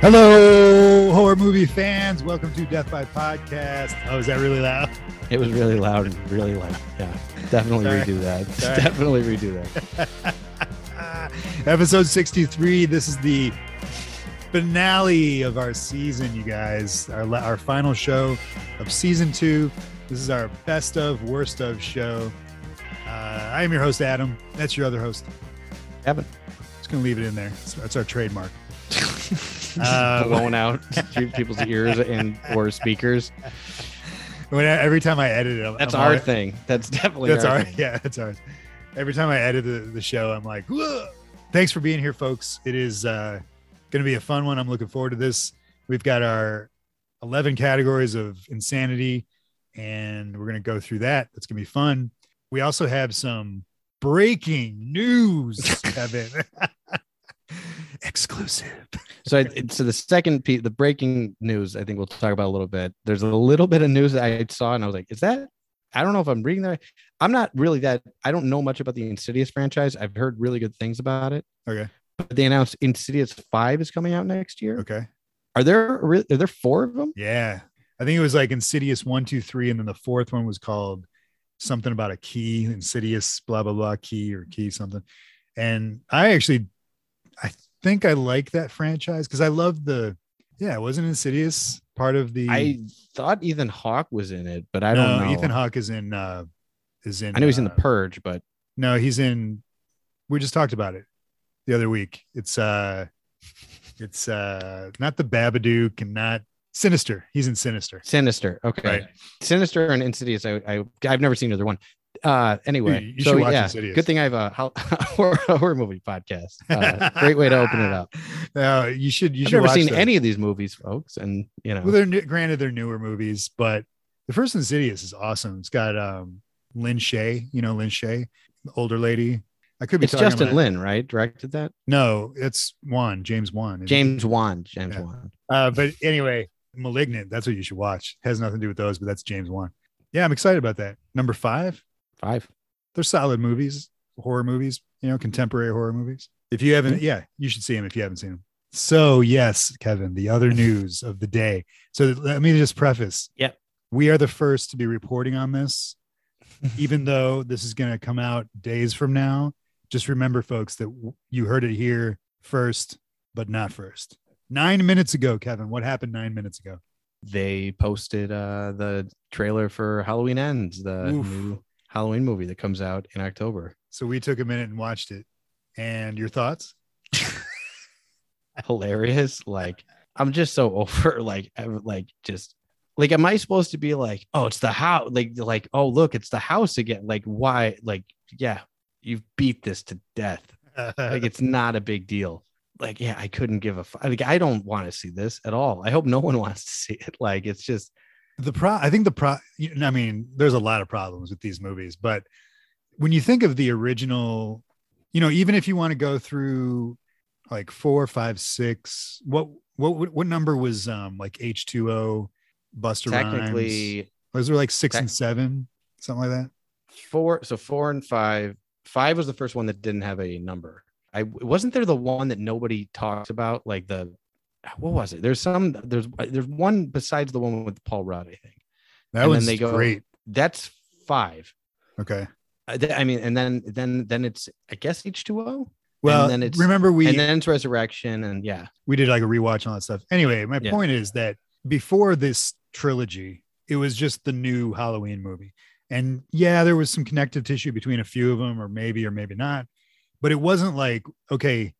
Hello, horror movie fans. Welcome to Death by Podcast. Oh, is that really loud? It was really loud and really loud. Yeah, definitely Sorry. redo that. Sorry. Definitely redo that. Ah, episode 63. This is the finale of our season, you guys. Our, la- our final show of season two. This is our best of, worst of show. Uh, I am your host, Adam. That's your other host. Evan, Just going to leave it in there. It's, it's our trademark. uh, blowing out through people's ears and or speakers. When, I- every time I edit it, I'm, That's I'm our always- thing. That's definitely That's our. our thing. yeah, that's ours. Every time I edit the, the show, I'm like, "Whoa." thanks for being here, folks. It is uh, going to be a fun one. I'm looking forward to this. We've got our 11 categories of insanity, and we're going to go through that. That's going to be fun. We also have some breaking news, Kevin. Exclusive. So, I, so the second piece, the breaking news, I think we'll talk about a little bit. There's a little bit of news that I saw, and I was like, "Is that?" I don't know if I'm reading that. I'm not really that. I don't know much about the Insidious franchise. I've heard really good things about it. Okay. But they announced Insidious Five is coming out next year. Okay. Are there re- are there four of them? Yeah. I think it was like Insidious one, two, three, and then the fourth one was called something about a key, Insidious, blah blah blah, key or key something. And I actually, I think I like that franchise because I love the. Yeah, wasn't Insidious part of the? I thought Ethan Hawke was in it, but I don't No, know. Ethan Hawke is in. uh Is in. I know he's in the uh, Purge, but No, he's in. We just talked about it the other week. It's uh, it's uh, not the Babadook and not Sinister. He's in Sinister. Sinister. Okay, Right. Sinister and Insidious. I, I I've never seen either one. Uh, anyway, Dude, you so should watch yeah, Insidious. good thing I have a, hor- horror movie podcast. Uh, great way to open it up. No, you should. You You've should. never watch seen those. any of these movies, folks, and you know, Well, they're new, granted they're newer movies, but the first Insidious is awesome. It's got um Lynn Shay. You know Lynn Shay, the older lady. I could be it's talking Justin about- Mm-hmm. Lin, right? Directed that. No, it's Juan James Wan. James Wan. James Yeah. Wan. Uh, but anyway, Malignant. That's what you should watch. Has nothing to do with those, but that's James Wan. Yeah, I'm excited about that. Number five. Five. They're solid movies, horror movies. You know, contemporary horror movies. If you haven't, yeah, you should see them if you haven't seen them. So yes, Kevin, the other news of the day. So let me just preface. Yep. We are the first to be reporting on this, even though this is going to come out days from now. Just remember, folks, that w- you heard it here first, but not first. Nine minutes ago, Kevin, what happened nine minutes ago? They posted uh, the trailer for Halloween Ends, the Oof. new Halloween movie that comes out in October. So we took a minute and watched it. And your thoughts? hilarious. Like I'm just so over like ev- like just like am I supposed to be like oh it's the house like like oh look it's the house again like why like yeah you've beat this to death like it's not a big deal like yeah I couldn't give a fu- like I don't want to see this at all I hope no one wants to see it like it's just the pro i think the pro you know, i mean there's a lot of problems with these movies but when you think of the original you know even if you want to go through like four five six what what what what number was um like h2o buster technically Rhymes? was there like six tec- and seven something like that four so four and five five was the first one that didn't have a number i wasn't there the one that nobody talks about like the what was it there's some there's there's one besides the one with paul rudd i think that And then was they go- great that's five okay i th- I mean and then then then it's i guess h2o well then it's- remember we and then it's resurrection and yeah we did like a rewatch and all that stuff. Anyway, my Yeah. point is that before this trilogy, it was just the new Halloween movie. And yeah, there was some connective tissue between a few of them, or maybe, or maybe not. But it wasn't like, okay,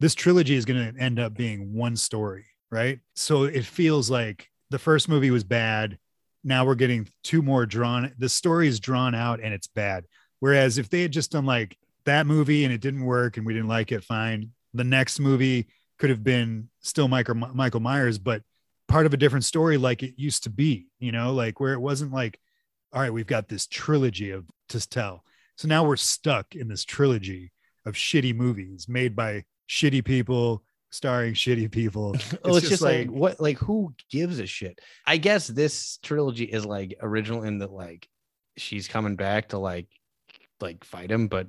this trilogy is going to end up being one story, right? So it feels like the first movie was bad. Now we're getting two more drawn. The story is drawn out and it's bad. Whereas if they had just done like that movie and it didn't work and we didn't like it, fine. The next movie could have been still Michael Michael Myers, but part of a different story like it used to be, you know, like where it wasn't like, all right, we've got this trilogy of to tell. So now we're stuck in this trilogy of shitty movies made by shitty people, starring shitty people. well, it's, just, like, what like who gives a shit i guess this trilogy is like original in that like she's coming back to like like fight him but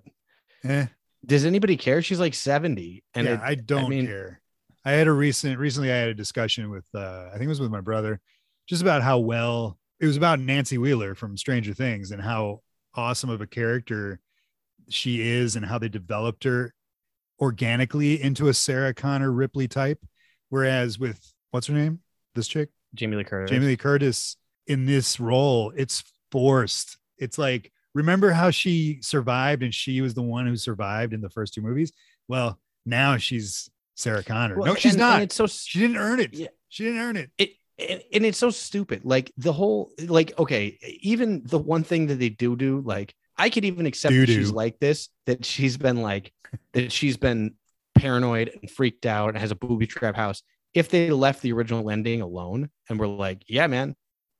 eh, does anybody care? She's like 70. And yeah, it- I don't mean- care. I I had a recent recently I had a discussion with uh, I think it was with my brother, just about how well it was about Nancy Wheeler from Stranger Things and how awesome of a character she is and how they developed her organically into a Sarah Connor Ripley type. Whereas with what's her name, this chick Jamie Lee Curtis. Jamie Lee Curtis in this role, it's forced. It's like remember how she survived and she was the one who survived in the first two movies. Well, now she's Sarah Connor. Well, no, she's and- not. And it's so she didn't earn it. Yeah. She didn't earn it. it and, and it's so stupid like the whole like okay even the one thing that they do do like i could even accept that Do-do. she's like this that she's been like that she's been paranoid and freaked out and has a booby trap house if they left the original ending alone and were like yeah man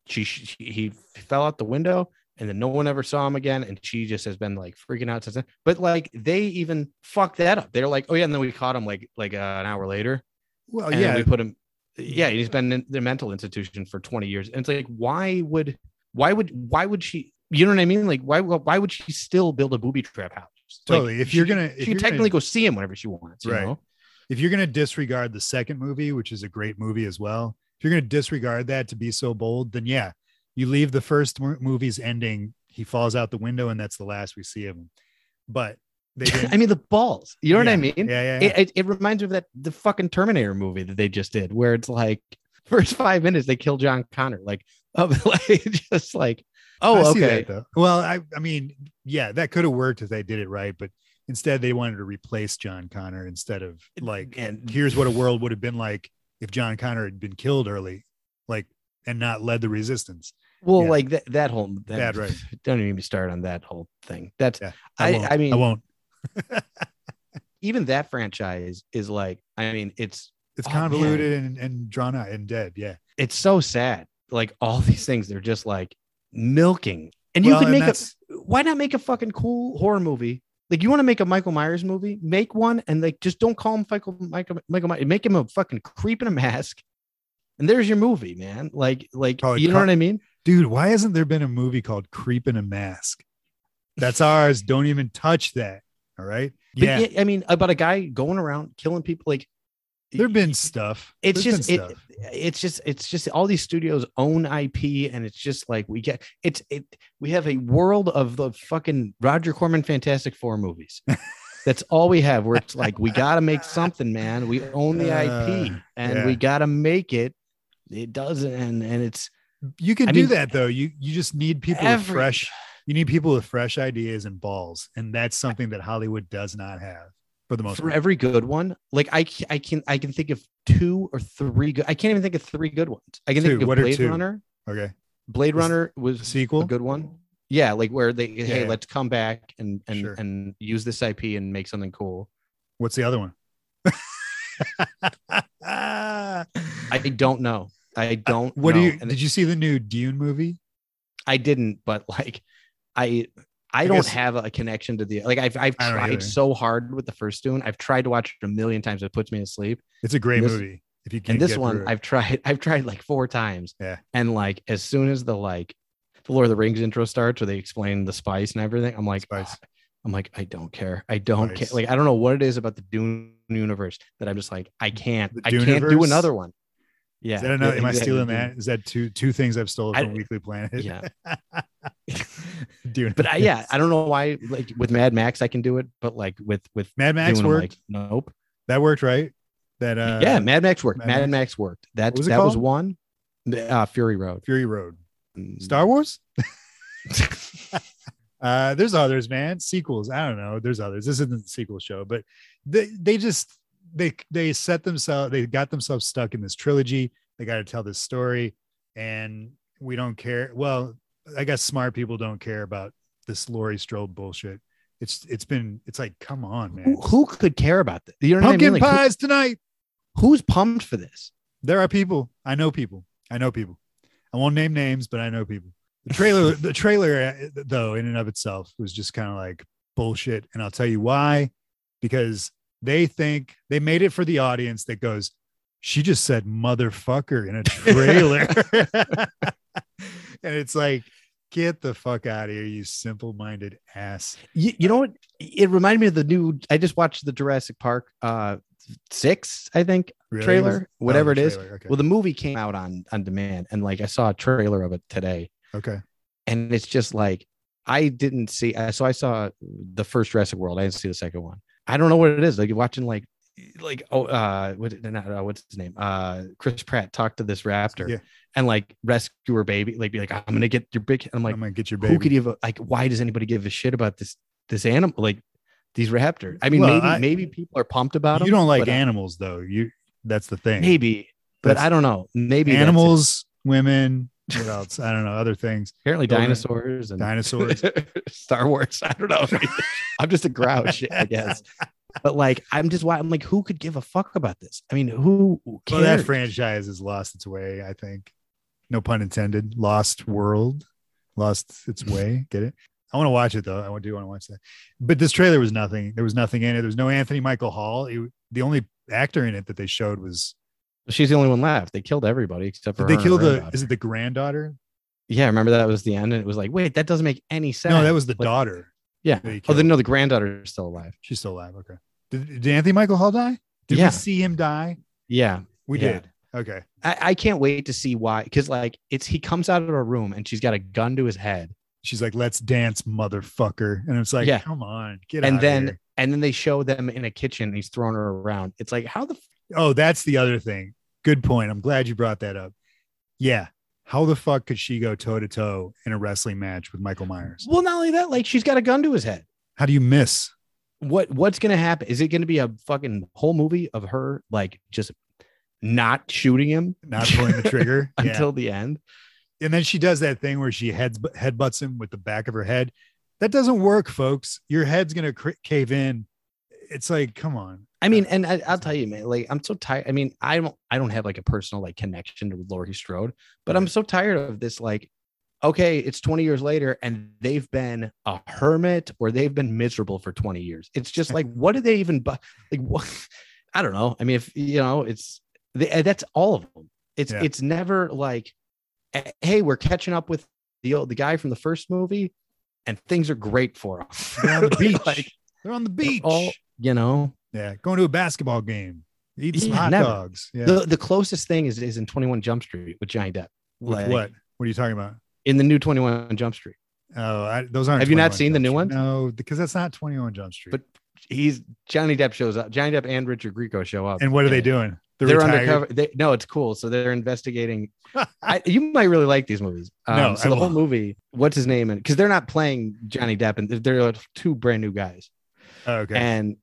she, she he fell out the window and then no one ever saw him again and she just has been like freaking out since then but like they even fucked that up they're like oh yeah and then we caught him like like uh, an hour later Well, and Oh, yeah, yeah. we put him yeah he's been in the mental institution for 20 years and it's like why would why would why would she you know what i mean like why why would she still build a booby trap house Like, Totally. If you're she- gonna- if she you're can gonna- technically go see him whenever she wants you Right. know? if you're going to disregard the second movie, which is a great movie as well, if you're going to disregard that to be so bold, then yeah, you leave the first mo- movie's ending. He falls out the window, and that's the last we see of him. But they didn't. i mean the balls you know what i mean yeah, yeah, yeah. It, it, it reminds me of that the fucking terminator movie that they just did where it's like first five minutes they kill john connor like oh like just like I oh see okay that, though. Well, I, I mean, yeah, that could have worked if they did it right, but instead they wanted to replace John Connor instead of like, and here's what a world would have been like if John Connor had been killed early, like, and not led the resistance. Well, Yeah. like that that whole that, Bad right. Don't even start on that whole thing. That's Yeah, I, won't. I mean I won't. even that franchise is like I mean it's It's Oh, man. convoluted and, and drawn out and dead. Yeah. it's so sad. Like all these things they're just like milking. And you Well, could and make a that's- why not make a fucking cool horror movie? Like you want to make a Michael Myers movie? Make one and like just don't call him Michael Michael Michael Myers. Make him a fucking creep in a mask. And there's your movie, man. Like like Probably you know cut- what I mean? dude, why hasn't there been a movie called Creep in a Mask? That's ours. Don't even touch that. All right. But Yeah. yeah, I mean about a guy going around killing people like There've been stuff. it's There's just been it, it's just it's just all these studios own IP and it's just like we get it's it we have a world of the fucking Roger Corman Fantastic Four movies. That's all we have where it's like we gotta make something, man. We own the IP Uh, and yeah. we gotta make it. It doesn't and and it's you can I do mean, that though. You you just need people with every- fresh you need people with fresh ideas and balls. And that's something that Hollywood does not have for the most for part. every good one. Like I ca- I can I can think of two or three good I can't even think of three good ones. I can Two. think of What are Blade two? Runner. Okay. Blade Is- Runner was The sequel. a good one. Yeah, like where they hey, Yeah. let's come back and and Sure. and use this IP and make something cool. What's the other one? I don't know. I don't. Uh, what do know. you And did you see the new Dune movie? I didn't, but like, I. I, I don't guess- have a connection to the like. I've I've I don't either. tried so hard with the first Dune. I've tried to watch it a million times. It puts me to sleep. It's a great This- movie. If you can And this get through one, it. I've tried. I've tried like four times. Yeah. And like, as soon as the like, the Lord of the Rings intro starts, where they explain the spice and everything, I'm like, Spice. "Ah, I'm like, I don't care. I don't Spice. care. Like, I don't know what it is about the Dune universe that I'm just like, I can't. The I can't do Duneverse? another one. Yeah. Is that another, yeah, am I exactly. stealing that? Is that two two things I've stolen I- from Weekly Planet? Yeah. Dune. But I, yeah, I don't know why. Like with Mad Max, I can do it, but like with with Mad Max Dune, I'm worked. like, nope. that worked, right? That uh, yeah, Mad Max worked. Mad Mad, Max? Max. worked. That was it that was called? one. Uh, Fury Road. Fury Road, Mm. Star Wars. Uh, there's others, man. Sequels. I don't know. There's others. This isn't the sequel show, but they they just they they set themselves. They got themselves stuck in this trilogy. They got to tell this story, and we don't care. Well, I guess smart people don't care about this Laurie Strode bullshit. It's it's been it's like come on, man. Who, who could care about this? You know what I Pumpkin mean? Like, who- pies tonight. who's pumped for this? There are people. I know people. I know people. I won't name names, but I know people. The trailer, the trailer, uh, though, in and of itself, was just kind of like bullshit. And I'll tell you why. Because they think they made it for the audience that goes, she just said motherfucker in a trailer. and it's like, get the fuck out of here, you simple minded ass. You, you know what? It reminded me of the new. I just watched the Jurassic Park uh six, I think, Really? trailer, Oh, whatever it the is. trailer, Okay. Well, the movie came out on on demand, and like I saw a trailer of it today, okay. and it's just like I didn't see. uh, So I saw the first Jurassic World. I didn't see the second one. I don't know what it is. Like you're watching like like oh uh what not, uh, what's his name uh Chris Pratt talk to this raptor Yeah. and like rescue her baby. Like be like I'm gonna get your big. I'm like I'm gonna get your who baby. could give a, like why does anybody give a shit about this this animal like these raptors? I mean Well, maybe I- maybe people are pumped about it. you don't like but, uh, animals though. You that's the thing. maybe. But That's- I don't know. Maybe that's it. animals, women, what else? I don't know, other things. Apparently, Building- dinosaurs and Dinosaurs. Star Wars. I don't know. I'm just a grouch, I guess. But like, I'm just why I'm like, who could give a fuck about this? I mean, who Well, cares? that franchise has lost its way, I think. No pun intended. Lost world, lost its way. Get it? I want to watch it though. I do want to watch that. But this trailer was nothing. There was nothing in it. There was no Anthony Michael Hall. It- the only actor in it that they showed was She's the only one left. They killed everybody except for did they her kill and her the? granddaughter. Is it the granddaughter? Yeah, remember that was the end, and it was like, wait, that doesn't make any sense. No, that was the Like, daughter. Yeah. that he Oh, killed. then no, the granddaughter is still alive. She's still alive. Okay. Did, did Anthony Michael Hall die? Did Yeah. we see him die? Yeah, We Yeah. did. Okay. I, I can't wait to see why. Because like, it's he comes out of a room and she's got a gun to his head, She's like, "Let's dance, motherfucker," and it's like, Yeah. "Come on, get and outta then here. and then they show them in a kitchen. and He's throwing her around. It's like, how the Oh, that's the other thing. Good point. I'm glad you brought that up. Yeah. How the fuck could she go toe to toe in a wrestling match with Michael Myers? Well, not only that, like she's got a gun to his head. How do you miss? What what's gonna happen? Is it gonna be a fucking whole movie of her like just not shooting him, Not pulling the trigger. yeah. until the end? and then she does that thing where she heads headbutts him with the back of her head. That doesn't work, folks. Your head's gonna cr- cave in. It's like, come on. I mean, and I, I'll tell you, man, like I'm so tired. I mean, I don't I don't have like a personal like connection to Laurie Strode, but I'm so tired of this like. Okay, it's 20 years later, and they've been a hermit or they've been miserable for 20 years. It's just like, what do they even, bu- like, what? I don't know. I mean, if you know, it's they, that's all of them. It's Yeah. it's never like, eh, hey, we're catching up with the old the guy from the first movie, and things are great for us. They're on the beach. Like, They're on the beach. all- you know, yeah, going to a basketball game. Eating some Yeah, hot never. dogs. Yeah. the the closest thing is is in Twenty One Jump Street with Johnny Depp. With Like, what? What are you talking about? in the new Twenty One Jump Street? Oh, I, those aren't. Have you not 21 seen the Jump new Street. ones? No, because that's not 21 Jump Street. But- He's Johnny Depp shows up. Johnny Depp and Richard Grieco show up. and what are they doing? They're, retired? undercover. They, no, it's cool. So they're investigating. I, you might really like these movies. Um, No, so I the whole will. movie. What's his name? And because they're not playing Johnny Depp, and they're two brand new guys, Oh, okay. and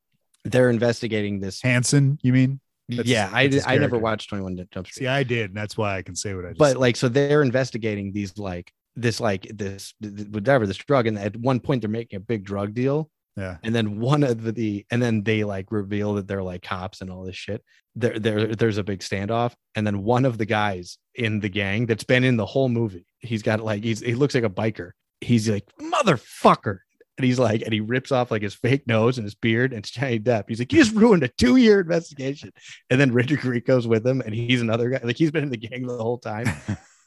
they're investigating this. Hanson, you mean? That's- yeah, I that's his I never character. watched Twenty One Jump Street. See, I did, and that's why I can say what I just. but like so they're investigating these like this like this th- whatever this drug and at one point they're making a big drug deal yeah, and then one of the, the and then they like reveal that they're like cops and all this shit there, there there's a big standoff and then one of the guys in the gang that's been in the whole movie he's got like he's he looks like a biker he's like motherfucker and he's like and he rips off like his fake nose and his beard and it's Johnny Depp he's like you just ruined a two year investigation and then Richard Grieco's with him and he's another guy like he's been in the gang the whole time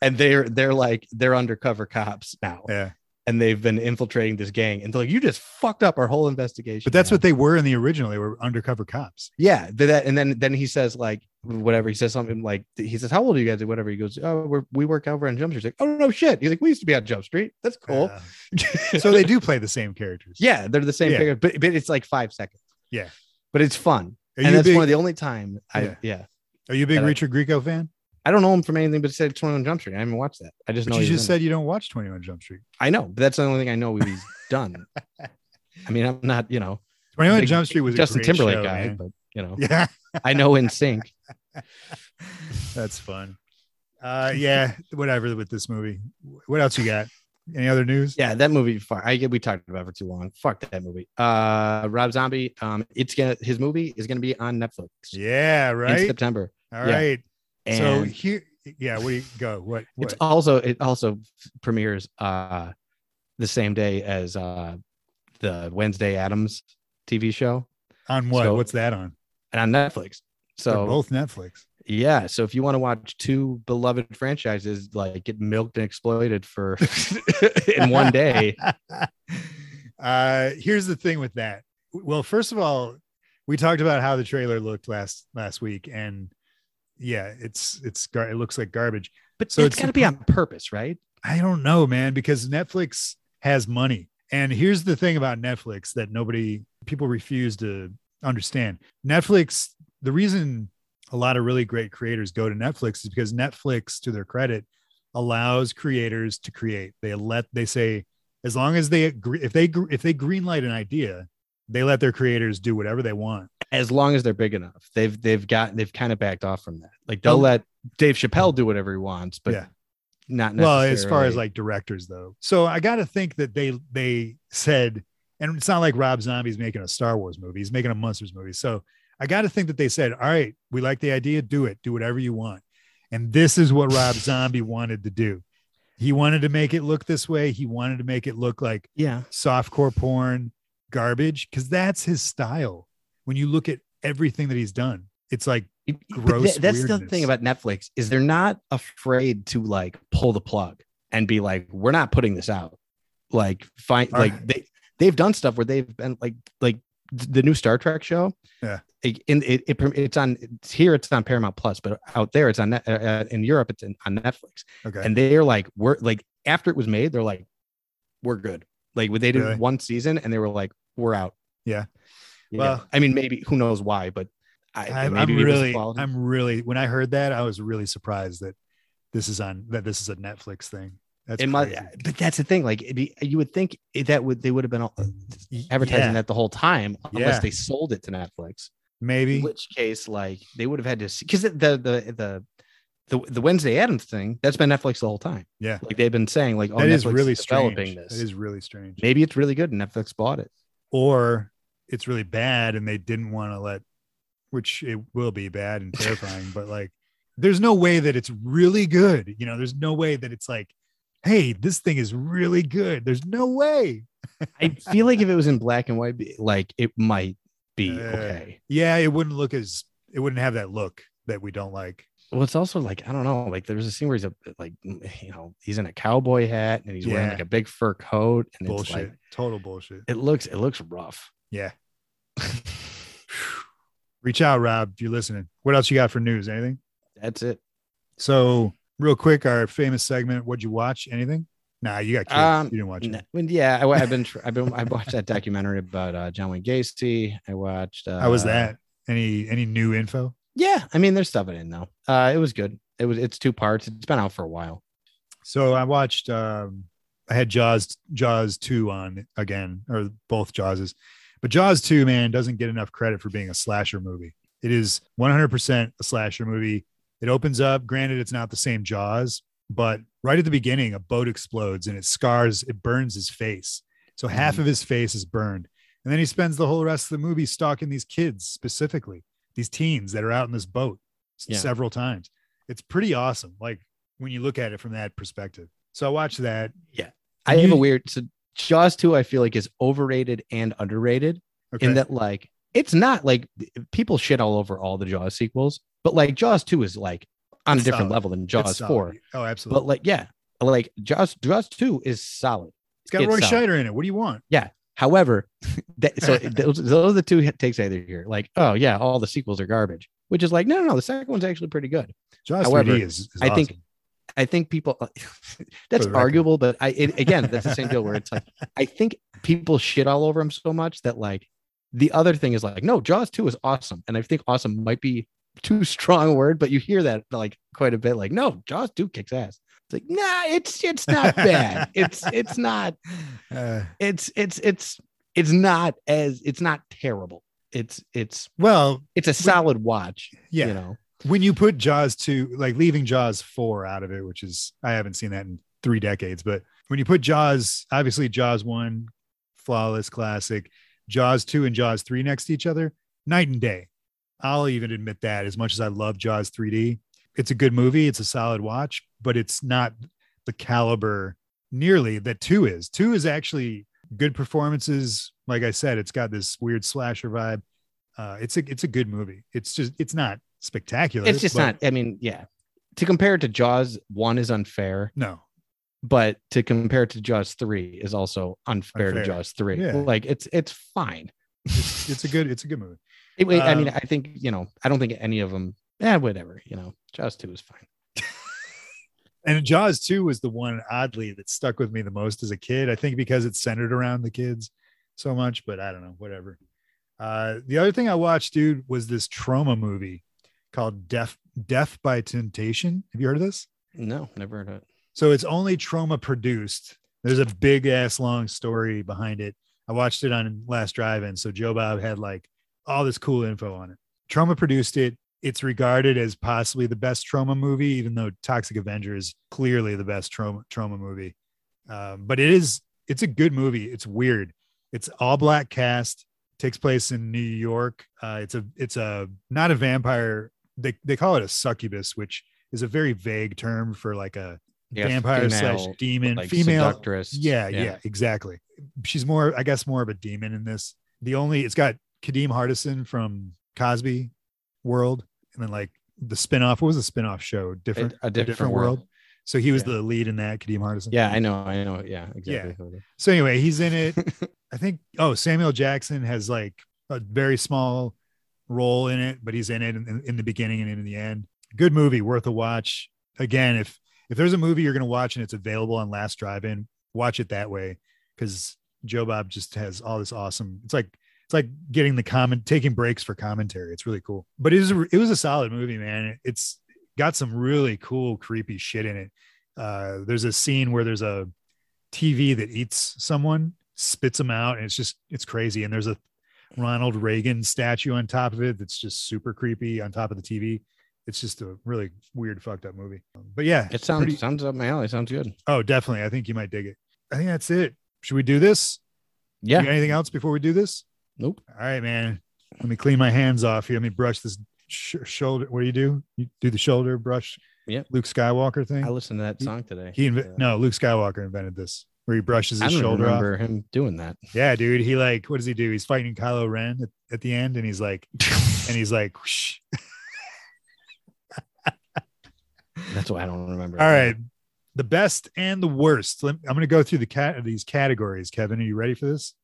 and they're they're like they're undercover cops now yeah. and they've been infiltrating this gang and they're like you just fucked up our whole investigation But that's man." what they were in the original. They were undercover cops. yeah th- that and then then he says like whatever he says something like he says how old are you guys or whatever he goes oh we're, we work over on jump street he's like oh no shit he's like we used to be on jump street that's cool Yeah. so they do play the same characters. yeah they're the same Yeah. figure but, but it's like five seconds Yeah. but it's fun Are and you a that's big? one of the only time i Yeah. yeah, are you a big that I- Richard Grieco fan? i don't know him from anything but said 21 jump street i haven't watched that i just But know you he's just in it. said you don't watch Twenty One Jump Street. i know but that's the only thing i know he's done i mean i'm not you know Twenty One Big Jump Street was justin a great timberlake show, guy man. but you know Yeah, i know in sync that's fun. Uh, yeah, whatever with this movie. What else you got? Any other news? Yeah, that movie. Fuck, I get we talked about it for too long. Fuck that movie. Uh, Rob Zombie. Um, it's gonna his movie is gonna be on Netflix Yeah, in right. September. All yeah. right. So And here, yeah, what do you go? What? it's what? also it also premieres uh the same day as uh the Wednesday Adams TV show on what? so- What's that on? and on Netflix. They're So both Netflix. yeah, so if you want to watch two beloved franchises like get milked and exploited for in one day, uh, here's the thing with that. Well, first of all, we talked about how the trailer looked last last week, and yeah, it's it's gar- it looks like garbage. But So it's it's- got to be on purpose, right? I don't know, man, because Netflix has money. And here's the thing about Netflix that nobody people refuse to understand. Netflix, the reason a lot of really great creators go to Netflix is because Netflix, to their credit, allows creators to create. They let they say as long as they agree if they gr- if they greenlight an idea, they let their creators do whatever they want. As long as they're big enough, they've they've gotten they've kind of backed off from that. Like they'll Um, let Dave Chappelle do whatever he wants, but Yeah. not necessarily. well as far as like directors though so i gotta think that they they said and it's not like rob zombie's making a star wars movie he's making a monsters movie so i gotta think that they said all right we like the idea do it do whatever you want and this is what rob zombie wanted to do he wanted to make it look this way he wanted to make it look like yeah, softcore porn garbage because that's his style when you look at everything that he's done it's like But th- gross that's the weirdness. thing about Netflix is they're not afraid to like pull the plug and be like, we're not putting this out. Like find All like right. they they've done stuff where they've been like like th- the new Star Trek show. Yeah. Like, And it, it, it's on it's here. It's on Paramount Plus, but out there it's on Net- uh, uh, in Europe. It's in, on Netflix, okay and they're like we're like after it was made, they're like we're good. Like they did Really? one season, and they were like we're out. Yeah. Well- Well, I mean, maybe who knows why, but I, I'm, maybe I'm it was really, quality. I'm really. When I heard that, I was really surprised that this is on that this is a Netflix thing. That's it must, crazy. but that's the thing. Like, it'd be, you would think it- that would they would have been all- Y- advertising yeah, that the whole time, unless Yeah. they sold it to Netflix. maybe. In which case, like, they would have had to because the the the the the Wednesday Adams thing that's been Netflix the whole time. Yeah. like they've been saying, like, oh, that is Netflix really is developing strange. That this. is really strange. Maybe it's really good, and Netflix bought it. Or it's really bad, and they didn't want to let, which it will be bad and terrifying. but like, there's no way that it's really good. You know, there's no way that it's like, hey, this thing is really good. There's no way. I feel like if it was in black and white, like it might be Yeah. okay. Yeah, it wouldn't look as it wouldn't have that look that we don't like. Well, it's also like I don't know. Like there's a scene where he's a like you know he's in a cowboy hat and he's wearing Yeah. like a big fur coat and it's Bullshit. like Total bullshit. it looks it looks rough. Yeah. Reach out, Rob, if you're listening. What else you got for news? Anything? That's it. So, real quick, our famous segment. What'd you watch? Anything? Nah, you got kids. Um, you didn't watch No, it. well, yeah, I, have been tr- I've been I watched that documentary about uh, John Wayne Gacy. I watched. Uh, How was that? Any any new info? Yeah, I mean there's stuff in it though. Uh, it was good. It was it's two parts. It's been out for a while. So I watched. um I had Jaws Jaws two on again, or both Jawses, but Jaws two man doesn't get enough credit for being a slasher movie. It is 100% a slasher movie. It opens up. Granted, it's not the same Jaws, but right at the beginning, a boat explodes and it scars, it burns his face. So half of his face is burned. And then he spends the whole rest of the movie stalking these kids specifically, these teens that are out in this boat s- Yeah. several times. It's pretty awesome. Like when you look at it from that perspective. So I watched that. I You- have a weird so Jaws two. I feel like is overrated and underrated. Okay. in that like it's not like people shit all over all the Jaws sequels, but like Jaws 2 is like on a It's different solid. level than It's Jaws solid. 4. Oh, absolutely. But like, yeah, like Jaws Jaws 2 is solid. it's got it's Roy solid. Scheider in it. What do you want? However, that, so those, those are the two takes I either here. Like, oh yeah, all the sequels are garbage, which is like, no, no, no, the second one's actually pretty good. Jaws However, 3D is, is I think- awesome. I think people uh, that's the record. arguable, but I it, again, that's the same deal where it's like I think people shit all over him so much that like the other thing is like, no, Jaws 2 is awesome. And I think awesome might be too strong a word, but you hear that like quite a bit, like, no, Jaws 2 kicks ass. It's like, nah, it's it's not bad. it's it's not, Uh, it's it's it's it's not as it's not terrible. It's it's well, it's a solid watch, yeah. you know. when you put Jaws two, like leaving Jaws four out of it, which is I haven't seen that in three decades, but when you put Jaws, obviously Jaws one, flawless classic, Jaws two and Jaws three next to each other, night and day. I'll even admit that as much as I love Jaws 3D, it's a good movie, it's a solid watch, but it's not the caliber nearly that two is. Two is actually good performances. Like I said, it's got this weird slasher vibe. Uh, it's a it's a good movie. It's just it's not spectacular. It's just but- not, I mean, yeah. To compare it to Jaws, one is unfair. No, but to compare it to Jaws three is also unfair, Unfair. to Jaws three. Yeah. Like it's it's fine. it's, it's a good it's a good movie. Anyway, I mean, Um, I think you know, I don't think any of them. Yeah, whatever. You know, Jaws two is fine. And Jaws 2 was the one oddly that stuck with me the most as a kid. I think because it's centered around the kids so much, but I don't know, whatever. Uh, the other thing I watched, dude, was this trauma movie called Death Death by Temptation. Have you heard of this? No, never heard of it. So it's only trauma produced. There's a big ass long story behind it. I watched it on last drive in. So Joe Bob had like all this cool info on it. Trauma produced it. It's regarded as possibly the best trauma movie, even though Toxic Avenger is clearly the best trauma trauma movie. Um, but it is it's a good movie. It's weird. It's all black cast. Takes place in New York. Uh, it's a it's a not a vampire. They they call it a succubus, which is a very vague term for like a Yeah, vampire slash female, demon like, female seductress. yeah, yeah exactly she's more i guess more of a demon in this the only it's got kadeem hardison from cosby world and then like the spin-off what was the spin-off show A, a different different, world. so he was Yeah. the lead in that kadeem hardison Yeah, I know, I know. Yeah, exactly. who it is. so anyway he's in it i think oh samuel jackson has like a very small role in it but he's in it in, in the beginning and in the end good movie worth a watch again if if there's a movie you're going to watch and it's available on last drive-in watch it that way because joe bob just has all this awesome it's like it's like getting the comment taking breaks for commentary it's really cool but it was a, it was a solid movie man it's got some really cool creepy shit in it uh there's a scene where there's a TV that eats someone, spits them out, and it's just it's crazy. And there's a Ronald Reagan statue on top of it that's just super creepy on top of the TV. It's just a really weird, fucked up movie. But yeah, It sounds pretty- sounds up my alley. Sounds good. oh, definitely. I think you might dig it. I think that's it. Should we do this? Yeah. You got anything else before we do this? Nope. All right, man. Let me clean my hands off here. Let me brush this sh- shoulder. What do you do? You do the shoulder brush. Yep. Luke Skywalker thing. I listened to that song today. he inv- Uh, no, Luke Skywalker invented this where he brushes I his don't shoulder off. remember him doing that. Yeah, dude. He like, what does he do? He's fighting Kylo Ren at, at the end, and he's like, and he's like, whoosh. That's why I don't remember. all right, the best and the worst. Let- I'm gonna go through the cat these categories. Kevin, are you ready for this?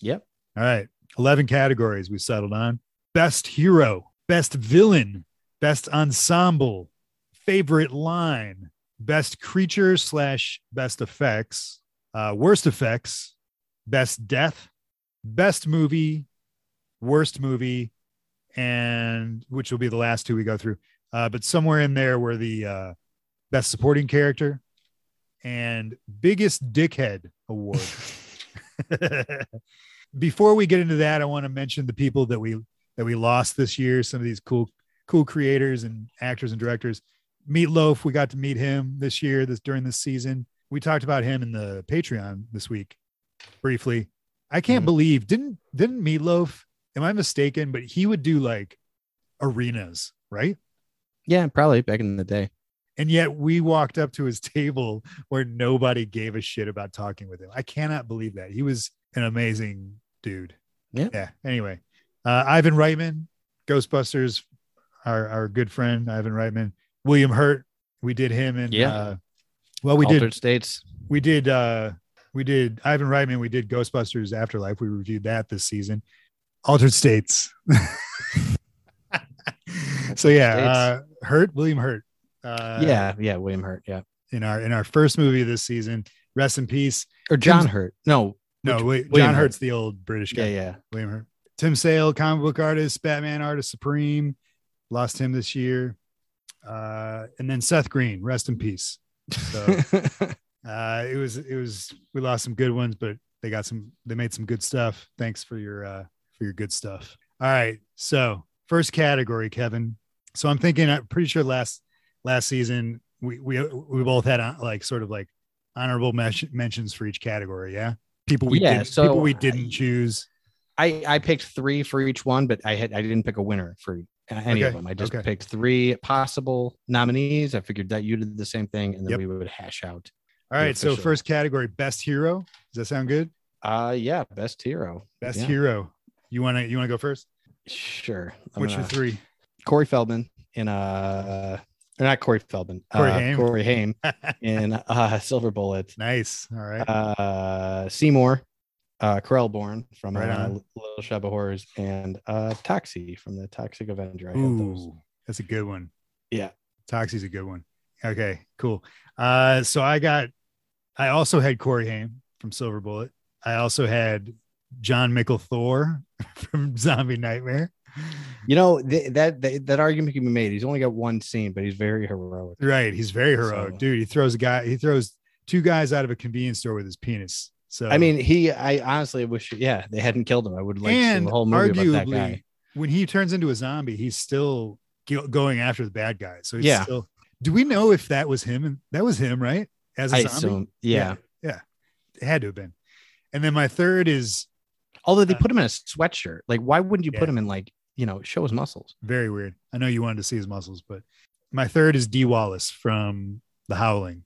Yep. All right, eleven categories we settled on: best hero, best villain, best ensemble, favorite line, best creature slash best effects, uh, worst effects, best death, best movie, worst movie, and which will be the last two we go through. Uh, but somewhere in there were the uh, best supporting character and biggest dickhead award. Before we get into that, I want to mention the people that we that we lost this year. Some of these cool cool creators and actors and directors. Meatloaf, we got to meet him this year. This during this season, we talked about him in the Patreon this week briefly. I can't Mhm. believe didn't didn't Meatloaf? Am I mistaken? But he would do like arenas, right? Yeah, probably back in the day. And yet we walked up to his table where nobody gave a shit about talking with him. I cannot believe that. He was an amazing dude. Yeah. Yeah. Anyway, uh, Ivan Reitman, Ghostbusters, our, our good friend, Ivan Reitman, William Hurt. We did him and, Yeah. uh, well, we Altered did, states. we did, uh, we did Ivan Reitman. We did Ghostbusters Afterlife. We reviewed that this season. Altered States. so yeah, uh, Hurt, William Hurt. Uh, yeah, yeah, William Hurt. Yeah, in our in our first movie this season. Rest in peace. or John Tim's- Hurt. No, No, Which- wait, William John Hurt. Hurt's the old British guy. yeah, yeah. William Hurt. Tim Sale, comic book artist, Batman artist supreme. Lost him this year. Uh, and then Seth Green, rest in peace. So uh, it was it was we lost some good ones, but they got some they made some good stuff. Thanks for your uh, for your good stuff. All right, so first category, Kevin. So I'm thinking, I'm pretty sure last last season we we we both had uh, like sort of like honorable mention, mentions for each category. Yeah, people we Yeah, didn't, so people we I- didn't choose. I I picked three for each one, but I had I didn't pick a winner for e, any of Okay, them. I just okay. picked three possible nominees. I figured that you did the same thing, and then Yep. we would hash out. All the right, so official. first category, best hero. Does that sound good? Uh yeah, best hero. Best Yeah, hero. You wanna you wanna go first? Sure. I'm What's gonna- your three? Corey Feldman in uh or not Corey Feldman. Corey uh, Haim. Corey Haim in uh, Silver Bullet. nice. All right. Uh, Seymour uh, Krellborn from Right uh, on. Little Shop of Horrors, and uh, Toxie from the Toxic Avenger. I had those. Ooh, that's a good one. Yeah. Toxie's a good one. Okay, cool. Uh, so I got, I also had Corey Haim from Silver Bullet. I also had John Michael Thor from Zombie Nightmare. You know th- that, that that argument can be made. He's only got one scene, but he's very heroic. Right, he's very heroic, So- dude. He throws a guy, he throws two guys out of a convenience store with his penis. So I mean, he. I honestly wish, yeah, they hadn't killed him. I would like to see and the whole movie arguably, about that guy. when he turns into a zombie, he's still go- going after the bad guys. So he's Yeah. still. Do we know if that was him? That was him, right? As a I zombie, assume, yeah. it had to have been. And then my third is Although they Uh, put him in a sweatshirt, like why wouldn't you Yeah. put him in like you know show his muscles? very weird. I know you wanted to see his muscles, but my third is D Wallace from The Howling.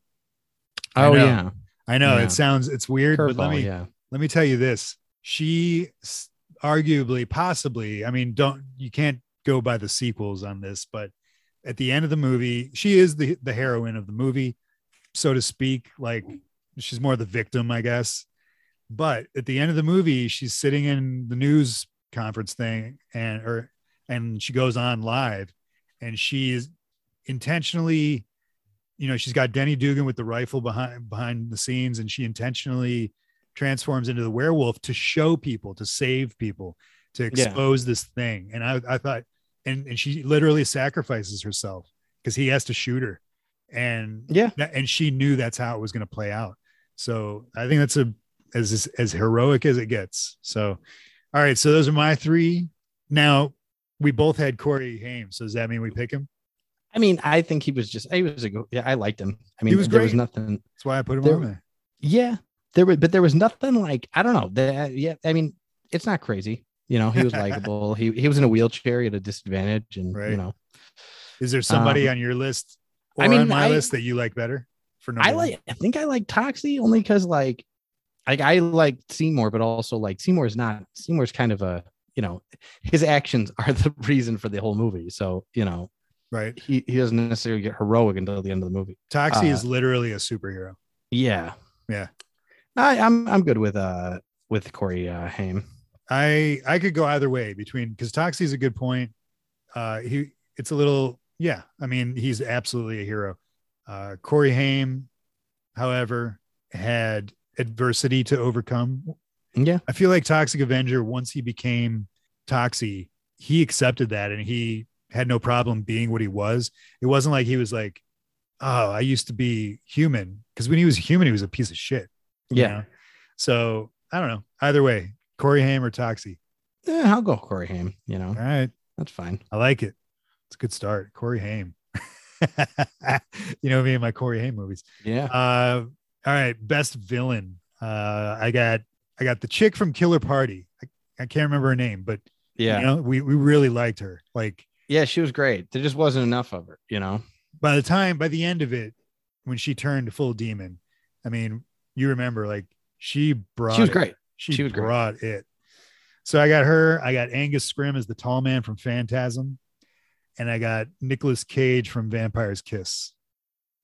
I Oh know. yeah, I know Yeah. it sounds it's weird, but let Curveball, me yeah. let me tell you this she s- arguably possibly i mean don't you can't go by the sequels on this but at the end of the movie she is the the heroine of the movie so to speak like she's more the victim i guess but at the end of the movie she's sitting in the news conference thing and or and she goes on live and she is intentionally you know she's got denny dugan with the rifle behind behind the scenes and she intentionally transforms into the werewolf to show people to save people to expose this thing and i, I thought and, and she literally sacrifices herself because he has to shoot her and Yeah. that, and she knew that's how it was going to play out so i think that's a as as heroic as it gets so all right so those are my three now we both had corey haim so does that mean we pick him I mean, I think he was just he was a go- yeah. I liked him. I mean, was there was great. nothing. that's why i put him There- on there Yeah, there was, but there was nothing like I don't know. That, uh, yeah, I mean, it's not crazy. You know, he was likable. He he was in a wheelchair he had a disadvantage, and Right. you know, is there somebody Um, on your list or I mean, on my I- list that you like better for number I one? like. I think I like Toxie only because like, like I like Seymour, but also like Seymour's not Seymour's kind of a you know his actions are the reason for the whole movie. So you know right he he doesn't necessarily get heroic until the end of the movie. Toxie Uh, is literally a superhero. Yeah. Yeah. I, I'm I'm good with uh with Corey uh Haim. I I could go either way between because Toxie's a good point. Uh he it's a little yeah, I mean he's absolutely a hero. Uh Corey Haim, however, had adversity to overcome. Yeah. I feel like Toxic Avenger, once he became Toxie, he accepted that and he had no problem being what he was. It wasn't like he was like, Oh, I used to be human. Because when he was human, he was a piece of shit. you Yeah. know? So I don't know. Either way, Corey Haim or Toxie. Eh, I'll go Corey Haim, you know. All right. That's fine. I like it. It's a good start. Corey Haim. you know me and my Corey Haim movies. Yeah. Uh, all right. Best villain. Uh, I got I got the chick from Killer Party. I, I can't remember her name, but yeah. you know, we, we really liked her. Like yeah, she was great. There just wasn't enough of her, you know. by the time by the end of it, when she turned full demon, I mean, you remember like she brought She was it. great. She, She was great. brought it. So I got her. I got Angus Scrim as the tall man from Phantasm, and I got Nicolas Cage from Vampire's Kiss.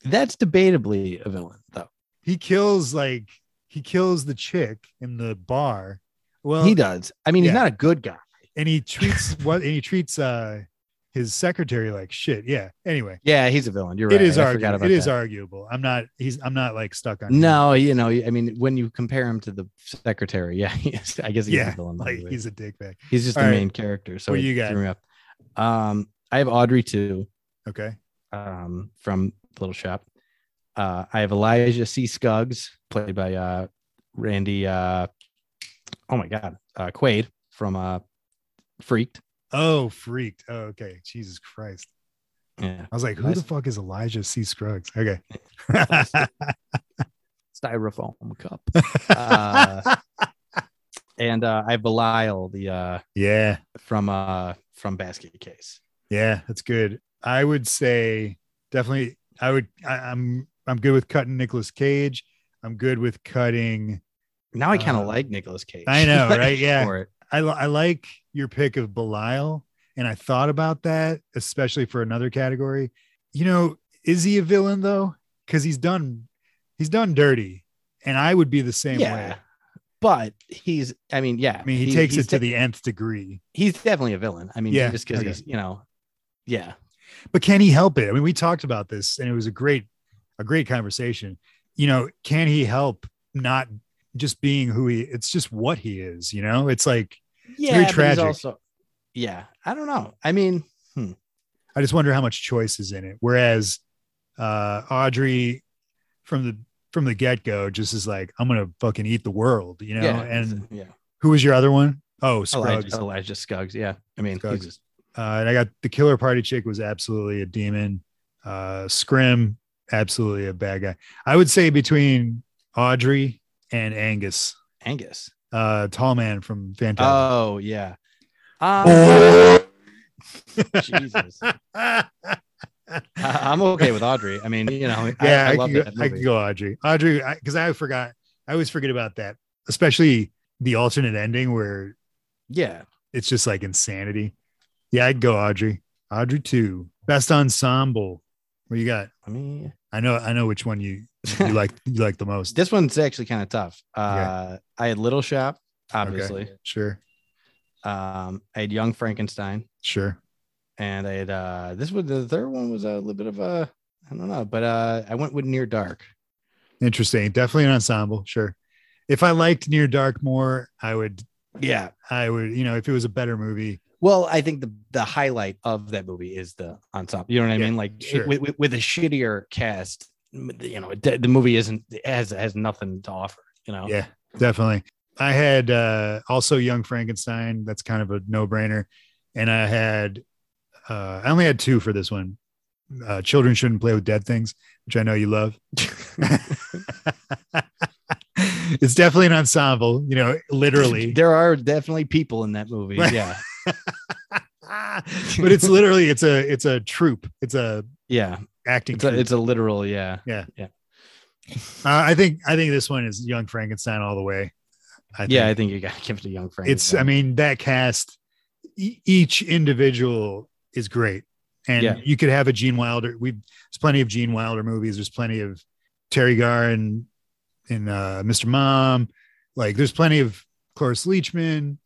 That's debatably a villain though. He kills like he kills the chick in the bar. Well, he does. I mean, he's yeah. not a good guy. and he treats what and he treats uh his secretary like shit. Yeah. Anyway, Yeah, he's a villain. You're it right. is I forgot arguable. about It is that. arguable. arguable. I'm not. He's. I'm not like stuck on. him. No, you know, I mean, when you compare him to the secretary, yeah, he is- I guess he's Yeah, a villain. Like anyway. he's a dickbag. he's just the all right. main character. So What it you got? threw me off. Um, I have Audrey too. Okay. um, from Little Shop. Uh, I have Elijah C. Scuggs, played by uh, Randy. Uh, oh my God, uh, Quaid from uh, Freaked. Oh, freaked. Oh, okay. Jesus Christ. Yeah, I was like, who Nice. the fuck is Elijah C. Scruggs? Okay. styrofoam cup. Uh, and uh, I have Belial, the uh, yeah. from uh, from Basket Case. Yeah. That's good. I would say definitely I would I, I'm I'm good with cutting Nicolas Cage. I'm good with cutting Now I kind of Uh, like Nicolas Cage. I know, right? Yeah. For it. I, li- I like your pick of Belial, and I thought about that, especially for another category. You know, is he a villain though? Because he's done, he's done dirty, and I would be the same yeah. way. But he's, I mean, yeah. I mean, he, takes it to the nth degree. He's definitely a villain. I mean, Yeah, just because okay. he's, you know, yeah. but can he help it? I mean, we talked about this and it was a great, a great conversation. You know, can he help not just being who he it's just what he is, you know? It's like Yeah. very but he's tragic. also, yeah. I don't know. I mean, I just wonder how much choice is in it. Whereas uh Audrey from the from the get-go just is like, I'm gonna fucking eat the world, you know. yeah. and yeah. who was your other one? Oh, Scruggs. Elijah, Elijah Scuggs. Yeah. I mean, Scuggs. he's just, Uh, and I got the killer party chick was absolutely a demon. Uh, Scrim, absolutely a bad guy. I would say between Audrey and Angus, Angus. uh, tall man from Fantastic. Oh, yeah. Um, Jesus. Ah, I- I'm okay with Audrey. I mean, you know, I, yeah, I I, love could, go, that I movie. could go Audrey. Audrey, because I, forgot. I always forget about that, especially the alternate ending where Yeah. it's just like insanity. Yeah, I'd go Audrey. Audrey two, best ensemble. What you got? I mean, I know. I know which one you you like. You like the most. this one's actually kind of tough. Uh, I had Little Shop, obviously. Sure, Um, I had Young Frankenstein, sure. and I had uh, this was the third one was a little bit of a I don't know, but uh, I went with Near Dark. Interesting. Definitely an ensemble. Sure. If I liked Near Dark more, I would. Yeah. I would. You know, if it was a better movie, Well, I think the the highlight of that movie is the ensemble. You know what I Yeah, mean? Like it- sure. with, with with a shittier cast, you know, the, the movie isn't it has has nothing to offer. You know? yeah, definitely. I had uh, also Young Frankenstein. That's kind of a no-brainer. And I had. Uh, I only had two for this one. Uh, Children shouldn't play with dead things, which I know you love. it's definitely an ensemble. You know, literally. there are definitely people in that movie. Right. Yeah. Ah, but it's literally it's a it's a troupe. It's a Yeah. acting. It's a, troupe. it's a literal. Yeah. Uh, I think I think this one is Young Frankenstein all the way. I think. yeah. I think you got to give it to Young Frank. it's. I mean, that cast, e- each individual is great, and Yeah. you could have a Gene Wilder. We have there's plenty of Gene Wilder movies. There's plenty of Terry Garr and and uh, Mr. Mom. Like, there's plenty of Cloris Leachman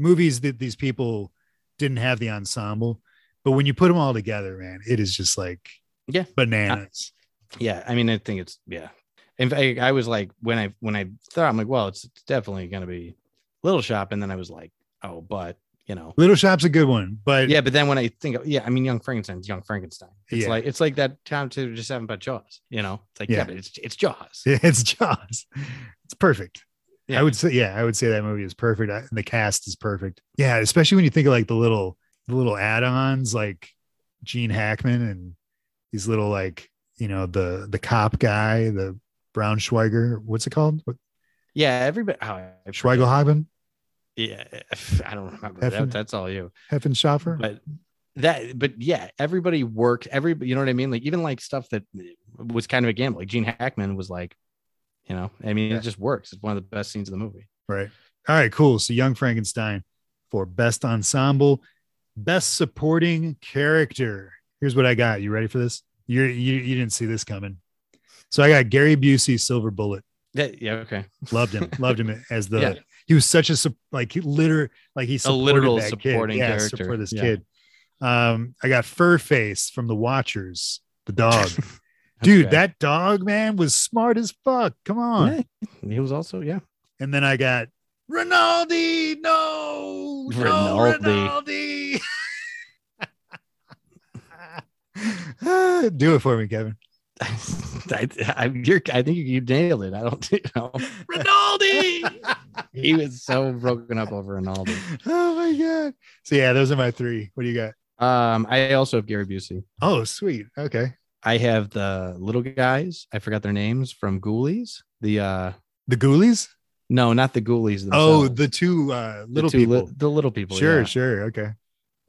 movies that these people didn't have the ensemble, but when you put them all together, man, it is just like Yeah. bananas. yeah. I mean, I think it's, yeah. In fact, I was like, when I, when I thought, I'm like, well, it's, it's definitely going to be Little Shop. And then I was like, oh, but, you know, Little Shop's a good one, but yeah. But then when I think, of, yeah, I mean, Young Frankenstein's Young Frankenstein. It's Yeah. like, it's like that time to just having about Jaws, you know, it's like, yeah, Yeah. but it's, it's Jaws. It's Jaws. It's perfect. Yeah. I would say, yeah, I would say that movie is perfect. I, the cast is perfect. Yeah, especially when you think of like the little, the little add-ons, like Gene Hackman and these little, like you know, the the cop guy, the Brown Schweiger. What's it called? What, Yeah. Everybody, oh, I forget. Schweigelhagen, Yeah. I don't remember. Effing- That, that's all you. Heffenschaffer. but that but yeah everybody worked every you know what i mean like even like stuff that was kind of a gamble like gene hackman was like you know i mean Yeah. it just works it's one of the best scenes of the movie Right. All right, cool. So Young Frankenstein for best ensemble, best supporting character. Here's what I got. You ready for this? You you you didn't see this coming. So I got Gary Busey Silver Bullet. yeah, yeah okay Loved him. loved him as the Yeah. he was such a sup- like he liter like he's literal that supporting kid. Yeah, character. support this Yeah. kid. Um I got Furface from The Watchers, the dog. Dude, Okay. that dog man was smart as fuck. Come on. Yeah, he was also yeah And then I got Rinaldi. No, Rinaldi. no Rinaldi. Do it for me, Kevin. I, I, you're, I think you nailed it. I don't you know. Rinaldi. He was so broken up over Ronaldo. oh my god. So yeah, those are my three. What do you got? Um, I also have Gary Busey. Oh, sweet. Okay. I have the little guys. I forgot their names from Ghoulies. The uh, The Ghoulies. no, not the Ghoulies. Oh, Themselves. the two uh, little two people. li- the little people. sure, yeah. sure. Okay.